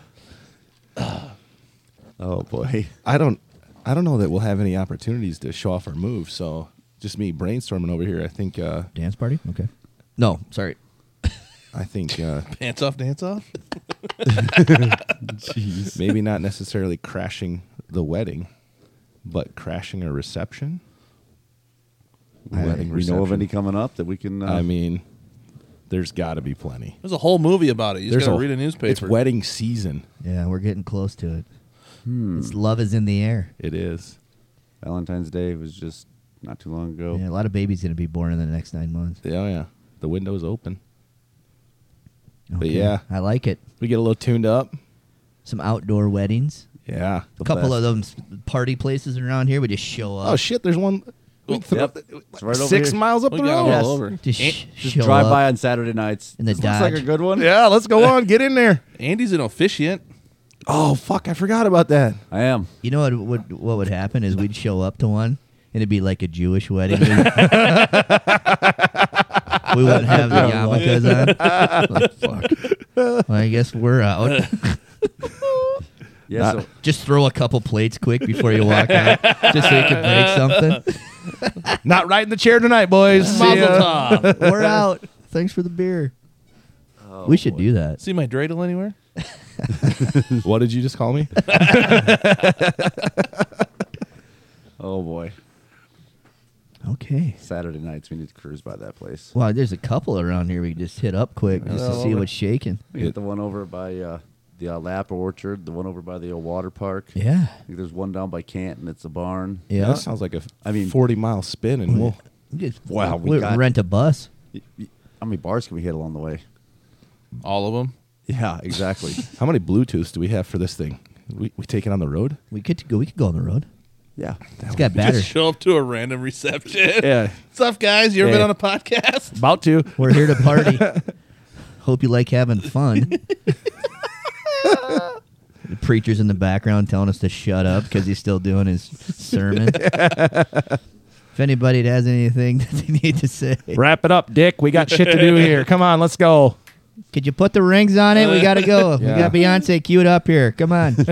S5: Oh boy.
S1: I don't I don't know that we'll have any opportunities to show off our moves, so just me brainstorming over here. I think uh
S4: Dance party? Okay. No, sorry.
S1: I think uh
S3: Pants off, dance off.
S1: maybe not necessarily crashing the wedding, but crashing a reception.
S5: Wedding. We know of any coming up that we can. Uh,
S1: I mean, there's got to be plenty.
S3: There's a whole movie about it. You
S1: There's
S3: just gotta
S1: a-
S3: read a newspaper.
S1: It's wedding season.
S4: Yeah, we're getting close to it. It's love is in the air.
S1: It is.
S5: Valentine's Day was just not too long ago.
S4: Yeah, a lot of babies gonna be born in the next nine months.
S1: Oh yeah, the window's open.
S4: Okay.
S1: yeah.
S4: I like it.
S1: We get a little tuned up.
S4: Some outdoor weddings.
S1: Yeah.
S4: A couple
S5: best.
S4: of those party places around here. We just show up.
S1: Oh shit! There's one. we
S3: Yep.
S1: threw up-
S5: It's right over
S1: six
S5: here.
S1: miles up
S3: We
S1: the
S3: got
S1: road.
S3: all
S5: Yes.
S3: over.
S4: Just,
S3: An-
S4: sh-
S5: eh, Just
S4: show
S5: drive
S4: up.
S5: by on Saturday nights.
S4: In the
S5: This looks like
S4: Dodge.
S5: a good one.
S1: Yeah, let's go on. Get in there.
S3: Andy's an officiant.
S1: Oh fuck! I forgot about that.
S5: I am.
S4: You know what would what would happen is we'd show up to one and it'd be like a Jewish wedding. we wouldn't have the yarmulkes on. Like, fuck. Well, I guess we're out.
S5: Yeah.
S1: Not-
S5: so
S4: Just throw a couple plates quick before you walk out, just so you can break something.
S1: Not riding the chair tonight, boys. See uh,
S3: Mazel
S1: ya.
S3: tov.
S4: We're out. Thanks for the beer.
S5: Oh,
S4: we should do that.
S3: See my dreidel anywhere?
S1: What did you just call me?
S5: oh boy.
S4: Okay.
S5: Saturday nights. We need to cruise by that place.
S4: Wow, there's a couple around here we can just hit up quick just to see what's shaking.
S5: We got the one over by uh, the uh, Lap Orchard, the one over by the old water park.
S4: Yeah.
S5: I think there's one down by Canton. It's a barn.
S4: Yeah.
S1: That sounds like a
S5: I mean-
S1: forty mile spin, and we'll
S4: Just-
S5: Wow, we
S4: we
S5: got-
S4: rent a bus.
S5: Y- y- How many bars can we hit along the way?
S3: All of them.
S5: Yeah, exactly.
S1: How many Bluetooths do we have for this thing? We we take it on the road?
S4: We could go. We could go on the road.
S5: yeah.
S4: It's got
S3: Just
S4: battery.
S3: show up to a random reception.
S1: Yeah.
S3: What's up, guys? You ever
S1: Yeah.
S3: been on a podcast?
S1: About to.
S4: We're here to party. Hope you like having fun. the preacher's in the background telling us to shut up because he's still doing his sermon. if anybody has anything that they need to say,
S1: Wrap it up, Dick. We got shit to do here. Come on, let's go.
S4: could you put the rings on it? We gotta go.
S1: Yeah.
S4: We got Beyonce queued up here. Come on.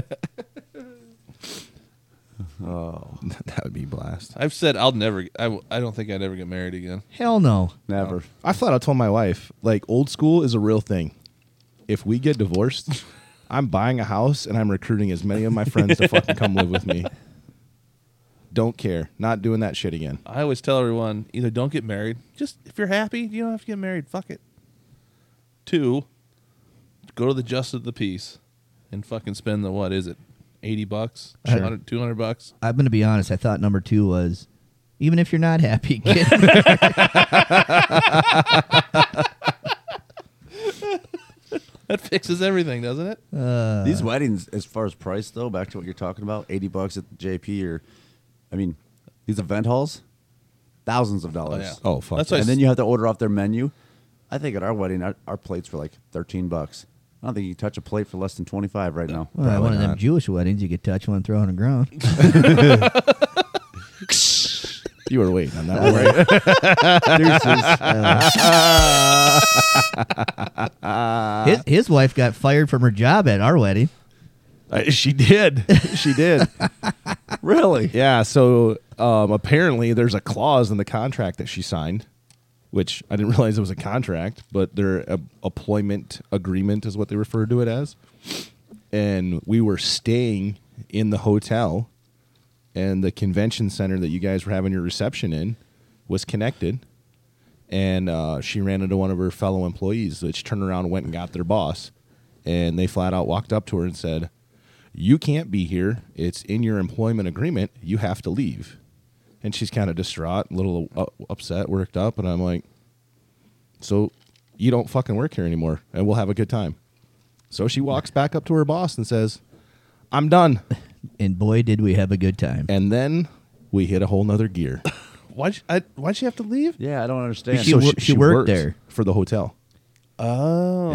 S1: that would be a blast.
S3: I've said I'll never. I, w- I don't think I'd ever get married again.
S4: Hell no.
S5: Never.
S1: I flat out told my wife, like old school is a real thing. If we get divorced, I'm buying a house and I'm recruiting as many of my friends to fucking come live with me. Don't care. Not doing that shit again.
S3: I always tell everyone either don't get married. Just if you're happy, you don't have to get married. Fuck it. Two, go to the justice of the peace, and fucking spend the what is it, eighty bucks,
S4: Sure.
S3: 200, 200 bucks.
S4: I'm gonna be honest. I thought number two was, even if you're not happy, uh, get
S3: That fixes everything, doesn't it?
S5: These weddings, as far as price though, back to what you're talking about, eighty bucks at the JP or, I mean, these event halls, thousands of dollars.
S3: yeah.
S1: Oh, fuck
S3: That's
S1: yeah.
S3: why
S5: and then you have to order off their menu. I think at our wedding, our, our plates were like thirteen bucks. I don't think you can touch a plate for less than 25 right now.
S4: Well, at
S5: Probably
S4: one of them
S5: not.
S4: Jewish weddings, you could touch one, throw on the ground.
S1: You were waiting on that one, right?
S4: his, his wife got fired from her job at our wedding.
S1: Uh, she did. She did.
S5: really?
S1: yeah. So um, apparently, there's a clause in the contract that she signed, which I didn't realize it was a contract, but their uh, employment agreement is what they refer to it as. And we were staying in the hotel, and the convention center that you guys were having your reception in was connected. And uh, she ran into one of her fellow employees, which turned around and went and got their boss. And they flat out walked up to her and said, you can't be here. It's in your employment agreement. You have to leave. And she's kind of distraught, a little uh, upset, worked up. And I'm like, so you don't fucking work here anymore and we'll have a good time. So she walks back up to her boss and says, I'm done.
S4: And boy, did we have a good time.
S1: And then we hit a whole nother gear.
S3: Why? Why'd she have to leave?
S5: Yeah, I don't understand.
S4: She
S1: So
S4: wor- she worked there.
S1: for the hotel.
S3: Oh,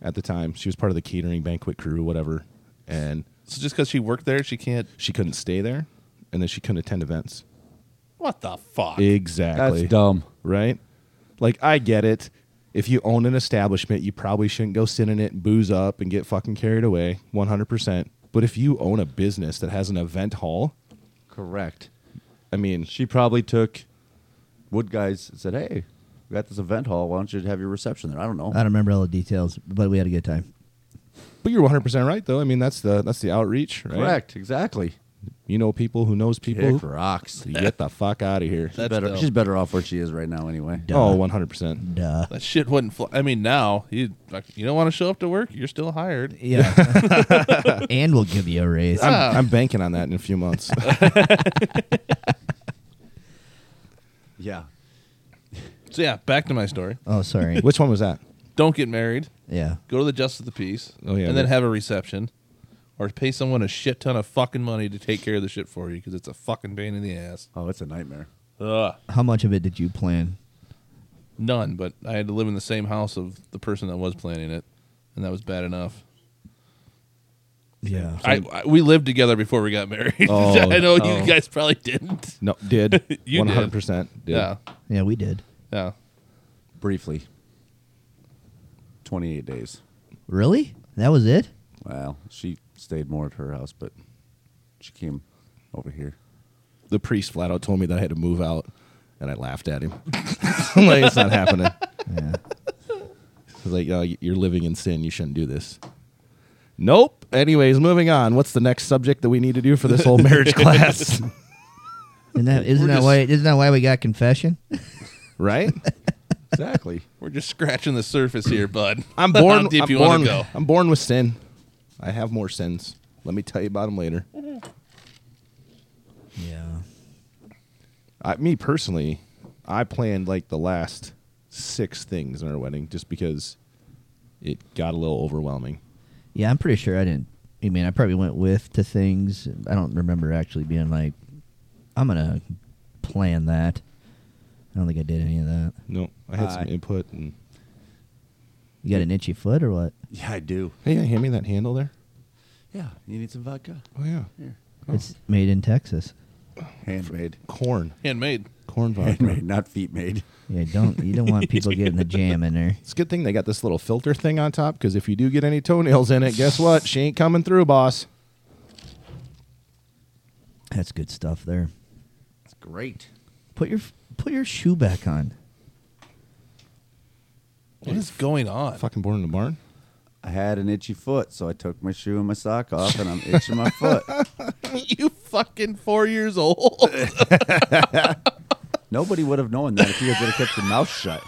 S1: Yeah, at the time, she was part of the catering banquet crew, whatever. And
S3: so just because she worked there, she can't.
S1: she couldn't stay there, and then she couldn't attend events.
S3: What the fuck?
S1: Exactly.
S5: That's dumb.
S1: right? Like I get it. If you own an establishment, you probably shouldn't go sit in it and booze up and get fucking carried away, 100%. But if you own a business that has an event hall,
S5: Correct.
S1: I mean,
S5: She probably took Wood Guys and said, hey, we got this event hall. Why don't you have your reception there? I don't know.
S4: I don't remember all the details, but we had a good time.
S1: but you're 100% right though. I mean, that's the that's the outreach, right?
S5: Correct. Exactly.
S1: You know people who knows people.
S5: Kick rocks.
S1: You get the fuck out of here.
S3: That's
S5: better,
S3: dumb.
S5: she's better off where she is right now anyway.
S4: Dumb.
S1: Oh, 100%.
S4: Duh.
S3: That shit wouldn't fly. I mean, now you like, you don't want to show up to work. You're still hired.
S4: Yeah. and we'll give you a raise.
S1: I'm, I'm banking on that in a few months.
S5: Yeah.
S3: So yeah, back to my story.
S4: oh, sorry.
S1: Which one was that?
S3: Don't get married.
S4: yeah.
S3: Go to the justice of the peace.
S1: Oh, yeah,
S3: and then
S1: but-
S3: have a reception, or pay someone a shit ton of fucking money to take care of the shit for you because it's a fucking pain in the ass.
S5: Oh, it's a nightmare.
S3: Ugh.
S4: How much of it did you plan?
S3: None, but I had to live in the same house of the person that was planning it, and that was bad enough.
S4: Yeah.
S3: I, I we lived together before we got married.
S1: Oh,
S3: I know
S1: oh.
S3: you guys probably didn't.
S1: No, did.
S3: You did.
S1: 100% did.
S3: Yeah,
S4: yeah, we did.
S3: yeah.
S5: Briefly. 28 days.
S4: Really? That was it?
S5: Well, she stayed more at her house, but she came over here.
S1: the priest flat out told me that I had to move out, and I laughed at him. I'm like, it's not happening.
S4: Yeah.
S1: I was like, oh, you're living in sin. You shouldn't do this. Nope. Anyways, moving on. What's the next subject that we need to do for this whole marriage class?
S4: And that isn't that
S3: just-
S4: why isn't that why we got confession?
S1: right?
S5: Exactly.
S3: We're just scratching the surface here, bud.
S1: I'm born.
S3: How deep
S1: I'm
S3: you
S1: born,
S3: want to go?
S1: I'm born with sin. I have more sins. Let me tell you about them later.
S4: Yeah.
S1: I, me personally, I planned like the last six things in our wedding just because it got a little overwhelming.
S4: Yeah, I'm pretty sure I didn't. I mean, I probably went with to things. I don't remember actually being like, I'm gonna plan that. I don't think I did any of that.
S1: No, I had some
S5: Aye.
S1: input and.
S4: You got an itchy foot or what?
S5: Yeah, I do.
S1: Hey, yeah, hand me that handle there.
S5: Yeah, you need some vodka.
S1: Oh yeah,
S5: Here.
S4: It's made in Texas.
S5: Handmade.
S1: corn,
S3: Handmade.
S1: corn vodka.
S5: Handmade, not feet made.
S4: Yeah, don't you don't want people getting the jam in there.
S1: It's a good thing they got this little filter thing on top because if you do get any toenails in it, guess what? She ain't coming through, boss.
S4: That's good stuff there.
S5: It's great.
S4: Put your put your shoe back on.
S3: What is going on?
S1: Fucking born in the barn.
S5: I had an itchy foot, so I took my shoe and my sock off, and I'm itching my foot.
S3: you fucking four years old.
S5: Nobody would have known that if you guys would have kept your mouth shut.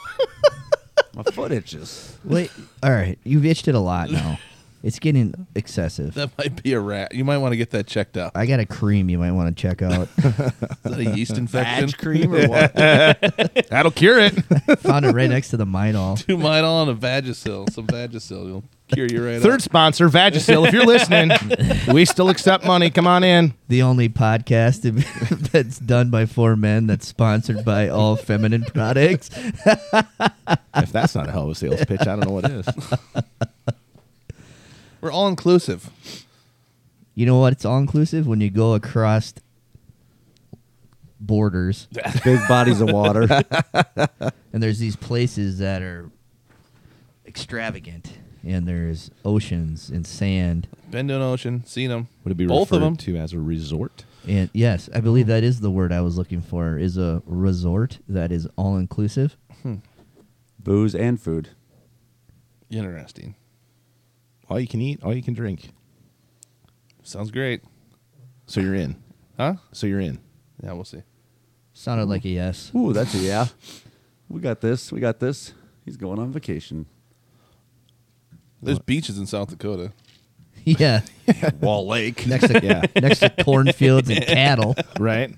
S5: My foot itches.
S4: Wait, all right, you've itched it a lot now. It's getting excessive.
S3: that might be a rat. You might want to get that checked out.
S4: I got a cream you might want to check out.
S3: Is that a yeast infection?
S5: cream or what?
S1: That'll cure it.
S4: Found it right next to the Midol.
S3: Two Midol and a Vagisil. Some Vagisil. You'll cure you right
S1: Third
S3: up.
S1: sponsor, Vagisil. If you're listening, we still accept money. Come on in.
S4: the only podcast to- that's done by four men that's sponsored by all feminine products.
S1: If that's not a hell of a sales pitch, I don't know what is.
S3: We're all inclusive.
S4: You know what? It's all inclusive when you go across borders,
S5: Big bodies of water.
S4: and there's these places that are extravagant, and there's oceans and sand.
S3: Been to an ocean, seen them.
S1: Would it be
S3: both
S1: referred
S3: of them?
S1: to as a resort?
S4: And yes, I believe that is the word I was looking for. Is a resort that is all inclusive.
S5: Booze and food.
S3: Interesting.
S1: All you can eat, all you can drink.
S3: Sounds great,
S1: So you're in.
S3: huh?
S1: So you're in.
S3: Yeah, we'll see.
S4: Sounded like a yes.
S5: Ooh, that's a yeah. We got this. We got this. He's going on vacation.
S3: There's beaches in South Dakota.
S4: Yeah,
S5: Wall Lake.
S4: next to
S1: Yeah.
S4: next to cornfields and cattle.
S1: right?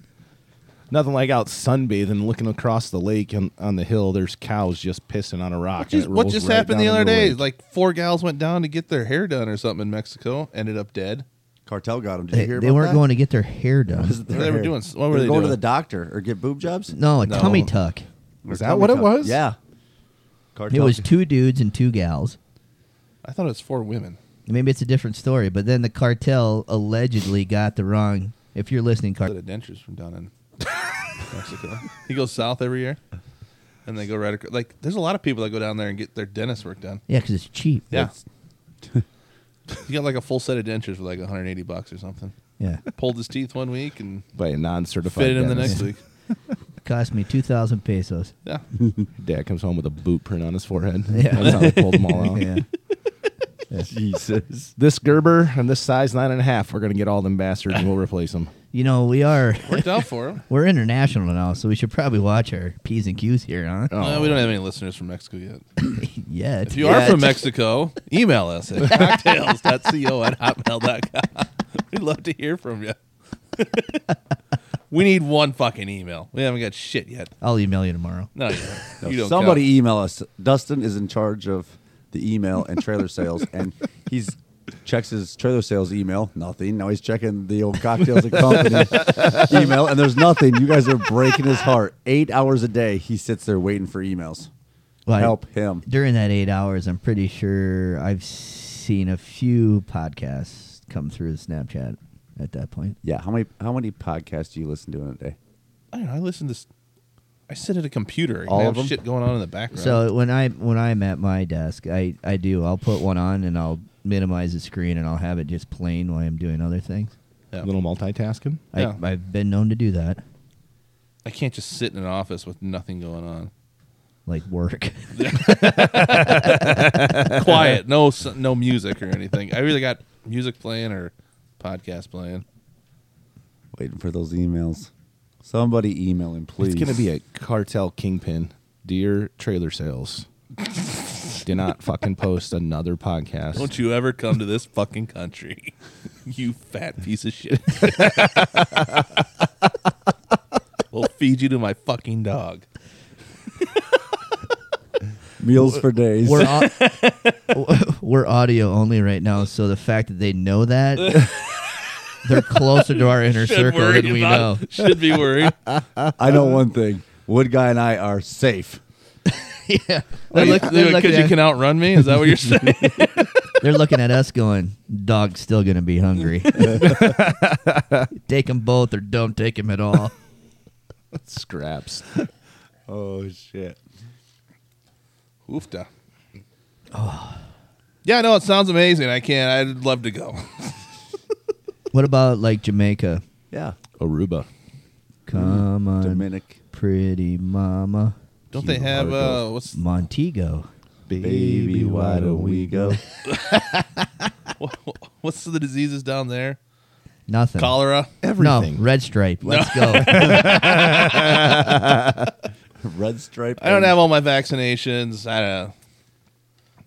S1: Nothing like out sunbathing, looking across the lake and on the hill. There's cows just pissing on a rock.
S3: What just,
S1: and it
S3: what
S1: rolls
S3: just
S1: right down
S3: happened the other
S1: into
S3: day?
S1: lake.
S3: Like four gals went down to get their hair done or something in Mexico, ended up dead.
S5: Cartel got him. Did
S4: They,
S5: you hear
S4: they
S5: about
S4: weren't
S5: that?
S4: going to get their hair done.
S5: Was their
S3: They were
S5: hair.
S3: doing s- what were they
S5: going to
S3: doing?
S5: the doctor or get boob jobs?
S4: No, a
S3: No.
S4: tummy tuck.
S5: Or
S1: Is that
S5: tummy
S1: what it
S5: tuck?
S1: was?
S5: Yeah.
S4: It
S5: Cartel.
S4: was two dudes and two gals.
S3: I thought it was four women.
S4: Maybe it's a different story, but then the cartel allegedly got the wrong. If you're listening,
S3: The
S4: cartel,
S3: dentures from down in Mexico. He goes south every year, and they go right across. Like there's a lot of people that go down there and get their dentist work done.
S4: yeah, because it's cheap.
S3: Yeah, you got like a full set of dentures for like 180 bucks or something.
S4: yeah.
S3: Pulled his teeth one week and
S1: by a non-certified.
S3: fitted him the
S1: dentist.
S3: next week.
S4: It cost me two thousand pesos.
S3: Yeah,
S1: Dad comes home with a boot print on his forehead.
S4: Yeah.
S1: That's how they pulled them
S3: Oh.
S1: all out.
S4: Yeah,
S5: Jesus.
S1: This Gerber and this size nine and a half, we're gonna get all them bastards and we'll replace them.
S4: you know we are
S3: worked out for him.
S4: we're international now, so we should probably watch our p's and q's here, huh?
S3: No, Uh, we don't have any listeners from Mexico yet.
S4: Oh. yeah,
S3: Oh. If you are from Mexico, email us at cocktails.co at hotmail.com. We'd love to hear from you. we need one fucking email. We haven't got shit yet.
S4: I'll email you tomorrow.
S3: No, you don't. You don't
S5: Somebody
S3: count.
S5: email us. Dustin is in charge of the email and trailer sales, and he's checks his trailer sales email. Nothing. Now he's checking the old cocktails and company email, and there's nothing. You guys are breaking his heart. Eight hours a day, he sits there waiting for emails.
S4: Well, I-
S5: Help him.
S4: during that eight hours. I'm pretty sure I've seen a few podcasts come through Snapchat at that point.
S5: Yeah. How many How many podcasts do you listen to in a day?
S3: I don't know. I listen to. s- I sit at a computer. and
S5: All
S3: I
S5: of
S3: have
S5: them?
S3: shit going on in the background.
S4: So when I when I'm at my desk, I I do I'll put one on and I'll minimize the screen and I'll have it just playing while I'm doing other things.
S3: Yeah.
S1: A little multitasking.
S3: Yeah.
S4: I, I've been known to do that,
S3: I can't just sit in an office with nothing going on.
S4: like work.
S3: Quiet. No, s- no music or anything. I really got music playing or podcast playing.
S5: Waiting for those emails. Somebody email him, please.
S1: It's gonna be a cartel kingpin. Dear trailer sales, do not fucking post another podcast.
S3: Don't you ever come to this fucking country, you fat piece of shit. we'll feed you to my fucking dog.
S5: meals for days.
S4: we're au- we're audio only right now, so the fact that they know that they're closer to our inner circle
S3: worry
S4: than we
S3: about-
S4: know.
S3: Should be worried.
S5: I know one thing. Wood guy and I are safe.
S4: yeah, they're, look- they're looking
S3: Because you
S4: at-
S3: can outrun me? Is that what you're saying?
S4: they're looking at us going, "Dog's still gonna be hungry." take them both, or don't take them at all.
S1: Scraps.
S5: Oh shit.
S3: Oofta. Oh. Yeah, no, it sounds amazing. I can't. I'd love to go.
S4: What about like Jamaica?
S5: Yeah.
S1: Aruba.
S4: Come on,
S5: Dominic.
S4: pretty mama,
S3: Don't they have uh, what's
S4: Montego.
S5: Baby, why don't we go?
S3: what's the diseases down there?
S4: Nothing.
S3: Cholera.
S1: Everything.
S4: No, red stripe. Let's go.
S5: Red stripe.
S3: I don't have all my vaccinations. I don't. know.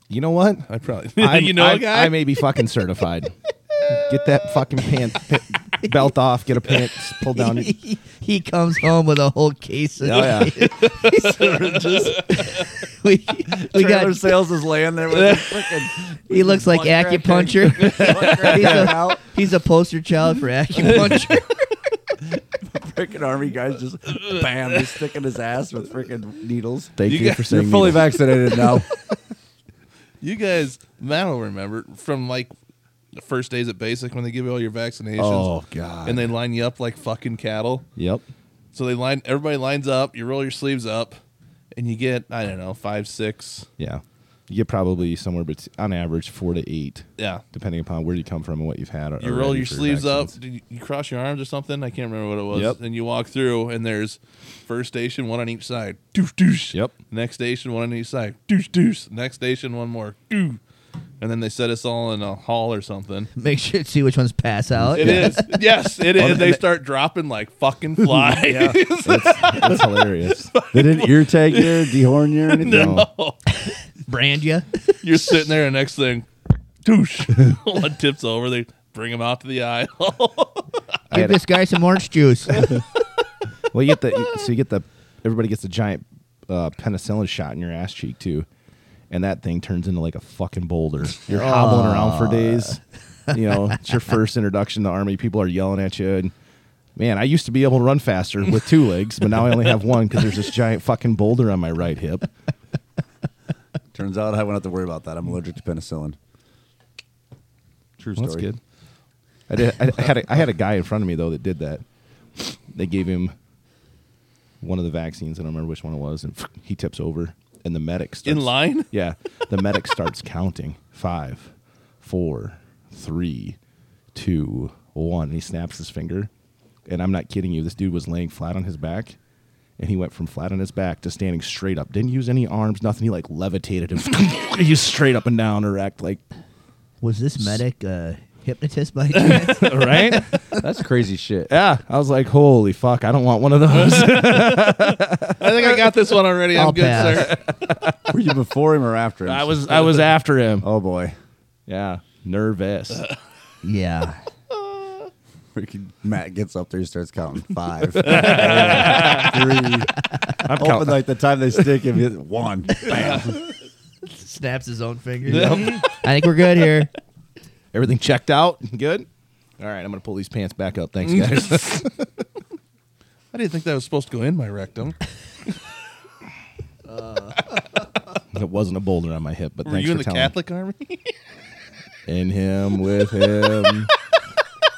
S1: You know what?
S3: I probably.
S1: I'm-
S3: you know,
S1: I,
S3: a guy.
S1: I may be fucking certified. get that fucking pant p- belt off. Get a pants pulled down. oh
S4: he, he comes home with a whole case
S5: Oh,
S4: of.
S1: yeah,
S4: we we
S5: Trailer
S4: got.
S5: sales is laying there with a freaking.
S4: He looks like acupuncture. he's, a, he's a poster child for acupuncture.
S5: freaking army guys just bam, just sticking his ass with freaking needles.
S1: thank
S3: You
S1: you,
S3: got-
S1: for
S5: You're
S1: saying
S5: fully
S1: me.
S5: vaccinated now.
S3: You guys, Matt will remember from like the first days at basic when they give you all your vaccinations.
S1: Oh, God.
S3: And they line you up like fucking cattle.
S1: Yep.
S3: So they line everybody lines up. You roll your sleeves up, and you get I don't know five six.
S1: Yeah. You get probably somewhere, but on average, four to eight,
S3: Yeah.
S1: depending upon where you come from and what you've had.
S3: You roll
S1: already
S3: your
S1: for
S3: sleeves
S1: vaccines.
S3: up. do You you cross your arms or something. I can't remember what it was.
S1: Yep.
S3: And you walk through, and there's first station, one on each side. Doosh doosh.
S1: Yep.
S3: Next station, one on each side. Doosh doosh. Next station, one more. Doo. And then they set us all in a hall or something.
S4: Make sure to see which ones pass out.
S3: It is. Yes, it is. They start dropping like fucking flies.
S1: That's hilarious. Oh,
S5: They didn't ear tag you, dehorn you, or anything. Oh,
S4: Brand you.
S3: You're sitting there, and next thing, doosh. one tips over. They bring him out to the aisle.
S4: Give this guy some orange juice.
S1: Well, you get the so you get the everybody gets a giant uh, penicillin shot in your ass cheek too, and that thing turns into like a fucking boulder. You're hobbling around for days. You know, it's your first introduction to army. People are yelling at you, and man, I used to be able to run faster with two legs, but now I only have one because there's this giant fucking boulder on my right hip.
S5: Turns out I won't have to worry about that. I'm allergic to penicillin. True
S1: Well,
S5: story.
S1: that's good. I did. I, I had a, I had a guy in front of me though that did that. They gave him one of the vaccines. I don't remember which one it was, and he tips over, and the medic starts
S3: In line?
S1: Yeah, the medic starts counting five, four, three, two, one, and he snaps his finger. And I'm not kidding you. This dude was laying flat on his back. And he went from flat on his back to standing straight up. Didn't use any arms, nothing. He like levitated him. he was straight up and down, erect, like
S4: Was this medic uh, hypnotist by chance?
S1: right.
S5: That's crazy shit.
S1: Yeah, I was like, holy fuck, I don't want one of those.
S3: I think I got this one already. I'm
S4: I'll
S3: good,
S4: pass.
S3: sir.
S5: Were you before him or after him?
S1: I was I was after him.
S5: Oh boy,
S1: Yeah, nervous.
S4: yeah.
S5: freaking Matt gets up there, he starts counting five, four, three.
S1: I'm
S5: Hoping
S1: counting.
S5: like the time they stick him, hit one. Bam.
S4: Snaps his own finger. I think we're good here.
S1: Everything checked out. Good. All right, I'm gonna pull these pants back up. Thanks, guys.
S3: I didn't think that was supposed to go in my rectum.
S1: it wasn't a boulder on my hip, but
S3: Were
S1: thanks
S3: you in
S1: for
S3: the
S1: telling.
S3: Catholic army?
S1: In him, with him,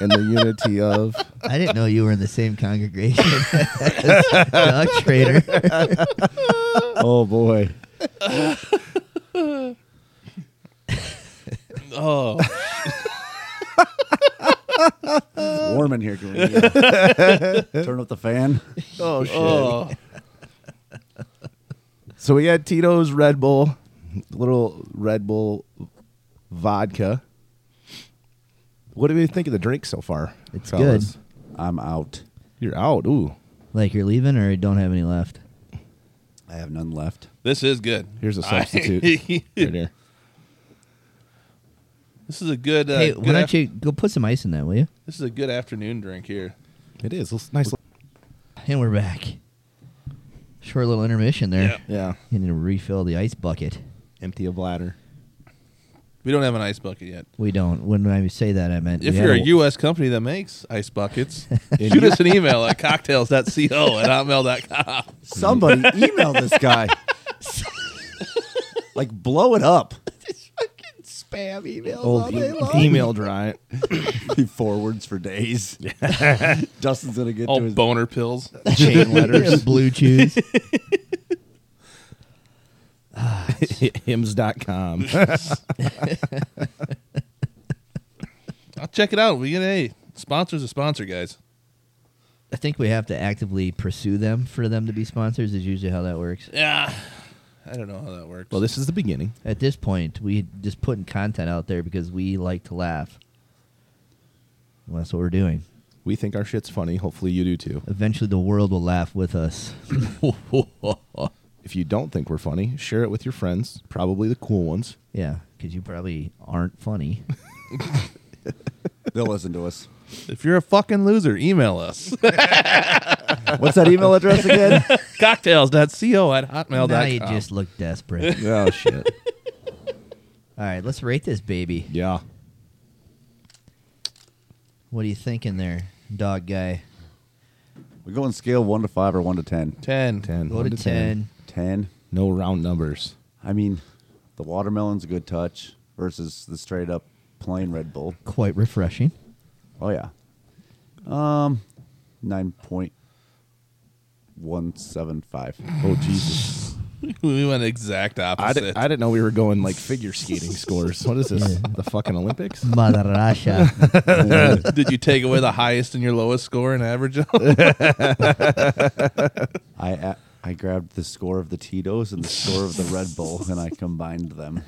S1: in the unity of.
S4: I didn't know you were in the same congregation as Doug Trader.
S5: oh boy,
S3: oh,
S5: it's warm in here. Can we, uh, turn up the fan.
S1: Oh shit.
S3: oh.
S1: So we had Tito's Red Bull, little Red Bull vodka. What do we think of the drink so far?
S4: It's
S1: fellas?
S4: good.
S5: I'm out.
S1: You're out. Ooh,
S4: Like you're leaving or you don't have any left?
S5: I have none left.
S3: This is good.
S1: here's a
S3: I-
S1: substitute. right here.
S3: this is a good. Uh,
S4: hey,
S3: good
S4: why don't
S3: af-
S4: you go put some ice in that, will you?
S3: This is a good afternoon drink here.
S1: It is. It's nice.
S4: And we're back. Short little intermission there.
S3: Yeah.
S1: Yeah.
S4: You need to refill the ice bucket.
S1: Empty a bladder.
S3: We don't have an ice bucket yet.
S4: We don't. When I say that, I meant
S3: If
S4: we
S3: you're a
S4: had
S3: U.S. company that makes ice buckets, shoot us an email at cocktails.co at hotmail.com.
S5: Somebody email this guy. like blow it up.
S4: spam email.
S1: Old e- email dry.
S5: He forwards for days. Justin's gonna get
S3: All
S5: to his
S3: boner pills.
S1: Chain letters.
S4: blue cheese.
S1: Hymns.com.
S3: I'll check it out. We get a sponsor's a sponsor, guys.
S4: I think we have to actively pursue them for them to be sponsors. Is usually how that works.
S3: Yeah. I don't know how that works.
S1: well, this is the beginning.
S4: At this point, we just putting content out there because we like to laugh. Well, that's what we're doing.
S1: We think our shit's funny. Hopefully, you do too.
S4: Eventually, the world will laugh with us.
S1: If you don't think we're funny, share it with your friends, probably the cool ones.
S4: yeah, because you probably aren't funny.
S5: They'll listen to us.
S3: if you're a fucking loser, email us.
S5: What's that email address again?
S3: cocktails.co at hotmail.com.
S4: now you just look desperate.
S1: Oh, shit.
S4: All right, let's rate this baby.
S1: yeah.
S4: What are you thinking there, dog guy?
S5: We go on scale one to five or one to ten.
S3: 10.
S1: 10.
S4: Go
S1: one
S4: to ten.
S5: Ten.
S1: No round numbers.
S5: I mean, the watermelon's a good touch versus the straight up plain Red Bull.
S4: Quite refreshing.
S5: Oh yeah. Um, nine point one seven five.
S1: Oh Jesus!
S3: we went exact
S1: I,
S3: opposite.
S1: did, I didn't know we were going like figure skating scores. What is this? The fucking Olympics?
S4: Mother Russia.
S3: Did you take away the highest and your lowest score and average?
S5: I a- I grabbed the score of the Tito's and the score of the Red Bull, and I combined them.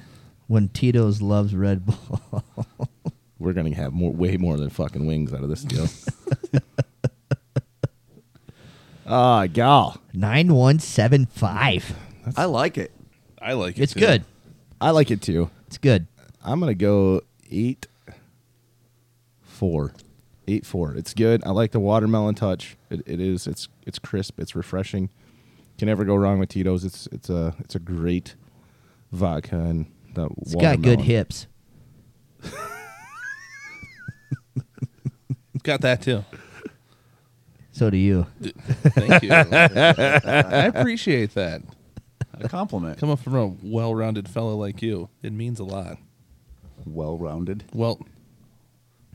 S4: when Tito's loves Red Bull.
S1: We're gonna have more, way more than fucking wings out of this deal. Ah, gal,
S4: 9175.
S5: I like it.
S3: I like it.
S4: It's
S3: too.
S4: good.
S1: I like it too.
S4: It's good.
S1: I'm gonna go eight, four, eight four. It's good. I like the watermelon touch. It, it is. It's it's crisp. It's refreshing. Can never go wrong with Tito's. It's it's a it's a great vodka and that
S4: It's got good hips.
S3: Got that too.
S4: So do you.
S3: Thank you. I appreciate that.
S5: A compliment.
S3: Coming from a well-rounded fellow like you, it means a lot.
S5: Well-rounded.
S3: Well,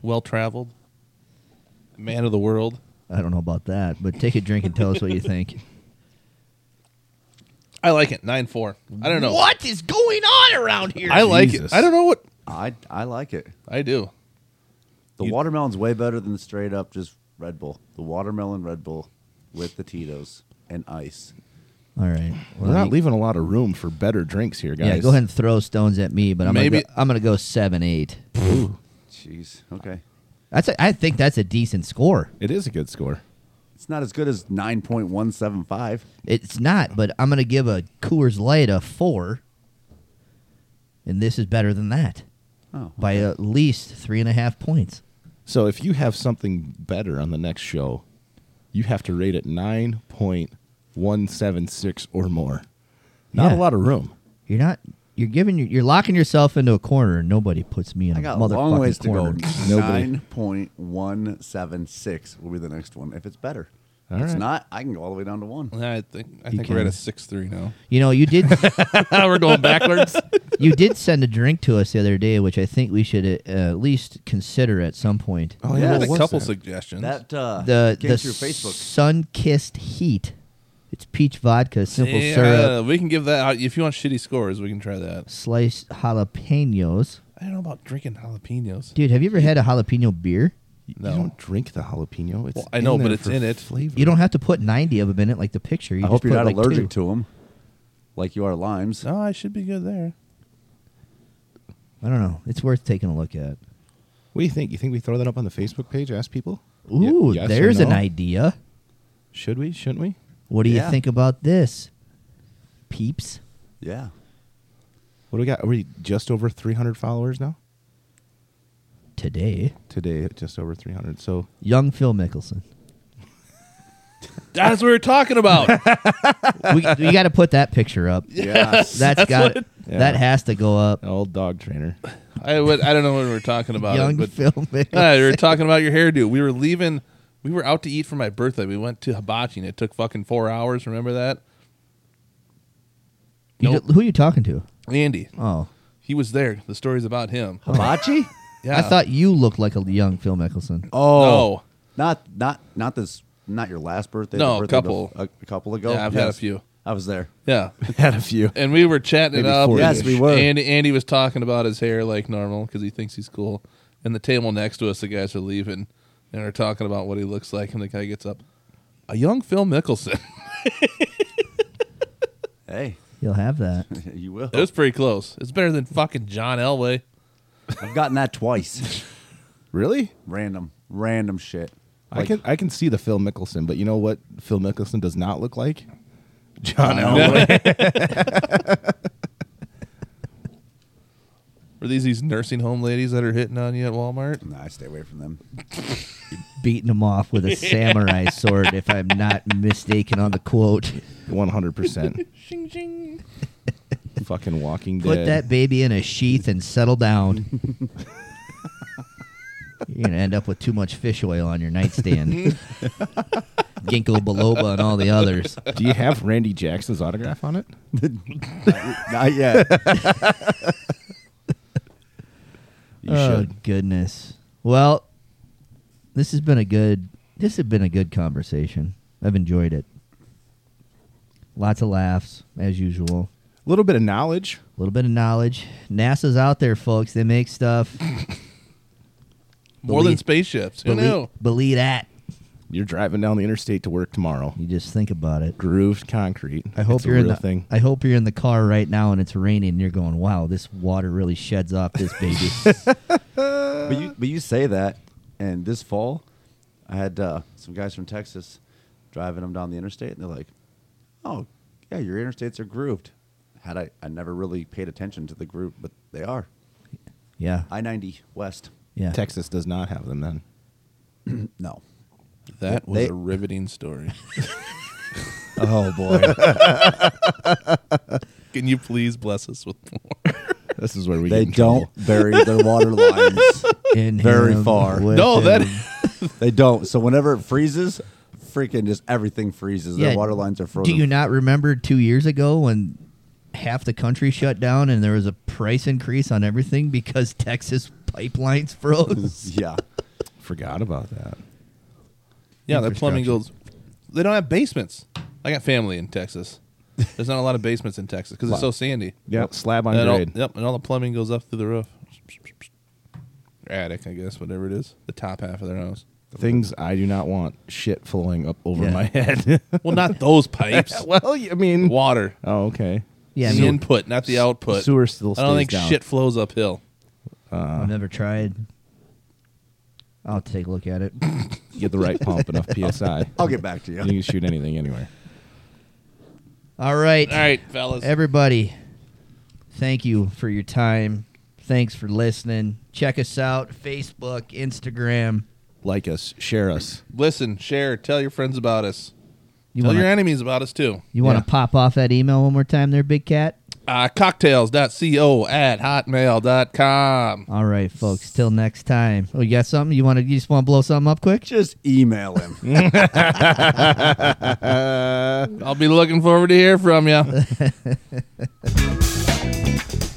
S3: well-traveled, man of the world.
S4: I don't know about that, but take a drink and tell us what you think.
S3: I like it. Nine four. I don't know.
S4: What is going on around here?
S3: I like
S1: Jesus.
S3: it. I don't know what
S5: I I like it.
S3: I do.
S5: The
S3: You-
S5: watermelon's way better than the straight up just Red Bull. The watermelon Red Bull with the Tito's and ice.
S4: All right.
S1: We're not leaving a lot of room for better drinks here, guys.
S4: Yeah, go ahead and throw stones at me, but I'm
S3: Maybe-
S4: gonna go, I'm gonna go seven eight.
S5: Jeez. Okay.
S4: That's a, I think that's a decent score.
S1: It is a good score.
S5: It's not as good as nine point one seven five.
S4: It's not, but I'm gonna give a Coors Light a four, and this is better than that
S5: Oh.
S4: by at least three and a half points.
S1: So if you have something better on the next show, you have to rate it nine point one seven six or more. Not
S4: Yeah.
S1: a lot of room.
S4: You're not. You're giving. your- You're locking yourself into a corner, and nobody puts me in
S5: I
S4: a
S5: got a
S4: motherfucking
S5: long ways to
S4: corner.
S5: go.
S1: Nobody.
S5: Nine point one seven six will be the next one if it's better.
S1: All
S5: if it's
S1: right.
S5: not, I can go all the way down to one.
S3: I think I
S4: You
S3: think we're at
S4: can.
S3: a six three now.
S4: You know, you did.
S3: we're going backwards.
S4: you did send a drink to us the other day, which I think we should uh, at least consider at some point.
S1: Oh
S5: yeah,
S3: I had a
S5: what's
S3: couple suggestions.
S5: That uh,
S4: the
S5: came
S4: the
S5: through Facebook.
S4: sun-kissed heat. It's peach vodka, simple
S3: Yeah,
S4: syrup,
S3: we can give that out. If you want shitty scores, we can try that.
S4: sliced jalapenos.
S3: I don't know about drinking jalapenos.
S4: Dude, have you ever had a jalapeno beer?
S1: You
S3: No.
S1: don't drink the jalapeno. It's
S3: Well, I
S1: in
S3: know,
S1: there
S3: but it's
S1: for
S3: in it.
S1: Flavor.
S4: You don't have to put 90 of them in it like the picture. You
S5: I
S4: just
S5: hope you're
S4: put,
S5: not
S4: like,
S5: allergic
S4: two.
S5: to them, like you are limes.
S3: No, I should be good there.
S4: I don't know. It's worth taking a look at.
S1: What do you think? You think we throw that up on the Facebook page? Ask people. Ye-
S4: Ooh,
S1: yes or
S4: there's an
S1: no?
S4: idea.
S1: Should we? Shouldn't we?
S4: What do
S5: Yeah.
S4: you think about this? Peeps.
S5: Yeah,
S1: What do we got? Are we just over 300 followers now?
S4: Today,
S1: Today, just over 300. So
S4: young Phil Mickelson.
S3: That's what we we're talking about.
S4: we, we got to put that picture up.
S5: yes.
S4: that's got
S1: Yeah.
S4: that has to go up.
S1: old dog trainer.
S3: I would, I don't know what we were talking about. it,
S4: Young
S3: but
S4: Phil Mickelson.
S3: Ah, we were talking about your hairdo. We were leaving. We were out to eat for my birthday. We went to hibachi, and it took fucking four hours. Remember that?
S4: You
S3: Nope.
S4: d- who are you talking to?
S3: Andy,
S4: Oh,
S3: he was there. The story's about him.
S5: hibachi.
S3: Yeah,
S4: I thought you looked like a young Phil Mickelson.
S5: Oh,
S3: No.
S5: not not not this, not your last birthday.
S3: No,
S5: the
S3: a
S5: birthday bef-
S3: couple.
S5: a, a couple ago.
S3: Yeah, I've had a few.
S5: I was there.
S3: Yeah,
S1: Had a few.
S3: and we were chatting it
S1: Maybe
S3: up.
S1: 40-ish.
S5: Yes, we were.
S3: And Andy was talking about his hair like normal because he thinks he's cool. And the table next to us, the guys are leaving and are talking about what he looks like. And the guy gets up, a young Phil Mickelson.
S5: Hey,
S4: You'll have that.
S5: you will.
S3: it was pretty close. It's better than fucking John Elway.
S5: I've gotten that twice.
S1: Really?
S5: random, random shit.
S1: I can I can see the Phil Mickelson, but you know what Phil Mickelson does not look like? John Elway.
S3: Are these these nursing home ladies that are hitting on you at Walmart?
S5: Nah, I stay away from them.
S4: Beating him off with a samurai sword, if I'm not mistaken on the quote.
S1: One hundred percent. Fucking Walking
S4: Put
S1: Dead.
S4: that baby in a sheath and settle down. You're gonna end up with too much fish oil on your nightstand. Ginkgo biloba and all the others.
S1: Do you have Randy Jackson's autograph on it?
S5: Not yet.
S1: You should.
S4: Oh, goodness. Well, this has been a good. This has been a good conversation. I've enjoyed it. Lots of laughs as usual.
S1: A little bit of knowledge.
S4: A little bit of knowledge. NASA's out there, folks. They make stuff.
S3: More than
S4: Believe-
S3: spaceships. Who
S4: Believe,
S3: knew?
S4: believe that.
S1: You're driving down the interstate to work tomorrow.
S4: You just think about it.
S1: Grooved concrete.
S4: I hope
S1: it's
S4: you're
S1: a
S4: in
S1: real
S4: the
S1: thing.
S4: I hope you're in the car right now and it's raining and you're going, "Wow, this water really sheds off this baby."
S5: But you, but you say that, and this fall, I had uh, some guys from Texas driving them down the interstate, and they're like, "Oh, yeah, your interstates are grooved." Had I, I never really paid attention to the groove, but they are.
S4: yeah.
S5: I ninety west.
S4: Yeah.
S1: Texas does not have them then.
S5: No.
S3: That was
S5: They-
S3: a riveting story.
S4: Oh boy.
S3: Can you please bless us with more?
S1: This is where we
S5: They
S1: get in trouble.
S5: don't bury their water lines.
S4: In
S5: Very
S4: him,
S5: far.
S4: with
S3: no,
S4: him.
S3: that
S5: They don't. So whenever it freezes, freaking just everything freezes.
S4: Yeah,
S5: Their water lines are frozen.
S4: Do you not remember 2 years ago when half the country shut down and there was a price increase on everything because Texas pipelines froze?
S5: Yeah.
S1: Forgot about that.
S3: yeah, their plumbing goes.
S1: Infrastructure.
S3: They don't have basements. I got family in Texas. There's not a lot of basements in Texas because it's so sandy.
S1: Yep. Slab on
S3: And all,
S1: grade.
S3: yep, and all the plumbing goes up through the roof. Attic, I guess, whatever it is, the top half of their house.
S1: Things I do not want. Shit flowing up over
S4: Yeah.
S1: my head.
S3: Well, not those pipes.
S1: well, I mean.
S3: Water.
S1: Oh, okay.
S4: Yeah, I
S3: the
S4: mean,
S3: input, not the output.
S1: sewer still
S3: I don't
S1: stays
S3: think
S1: down.
S3: shit flows uphill.
S4: I've never tried. I'll take a look at it.
S1: Get the right pump, enough psi.
S5: I'll get back to you.
S1: You can shoot anything anywhere.
S4: All right.
S3: All right, fellas.
S4: Everybody, thank you for your time. Thanks for listening. Check us out Facebook, Instagram.
S1: Like us, share us.
S3: Listen, share, tell your friends about us.
S4: You
S3: tell
S4: wanna-
S3: your enemies about us too.
S4: You want to
S1: Yeah.
S4: pop off that email one more time there, Big Cat?
S3: Uh, cocktails.co at hotmail.com.
S4: All right, folks. Till next time. Oh, you got something? You want to? You just want to blow something up quick?
S5: Just email him.
S3: I'll be looking forward to hear from you.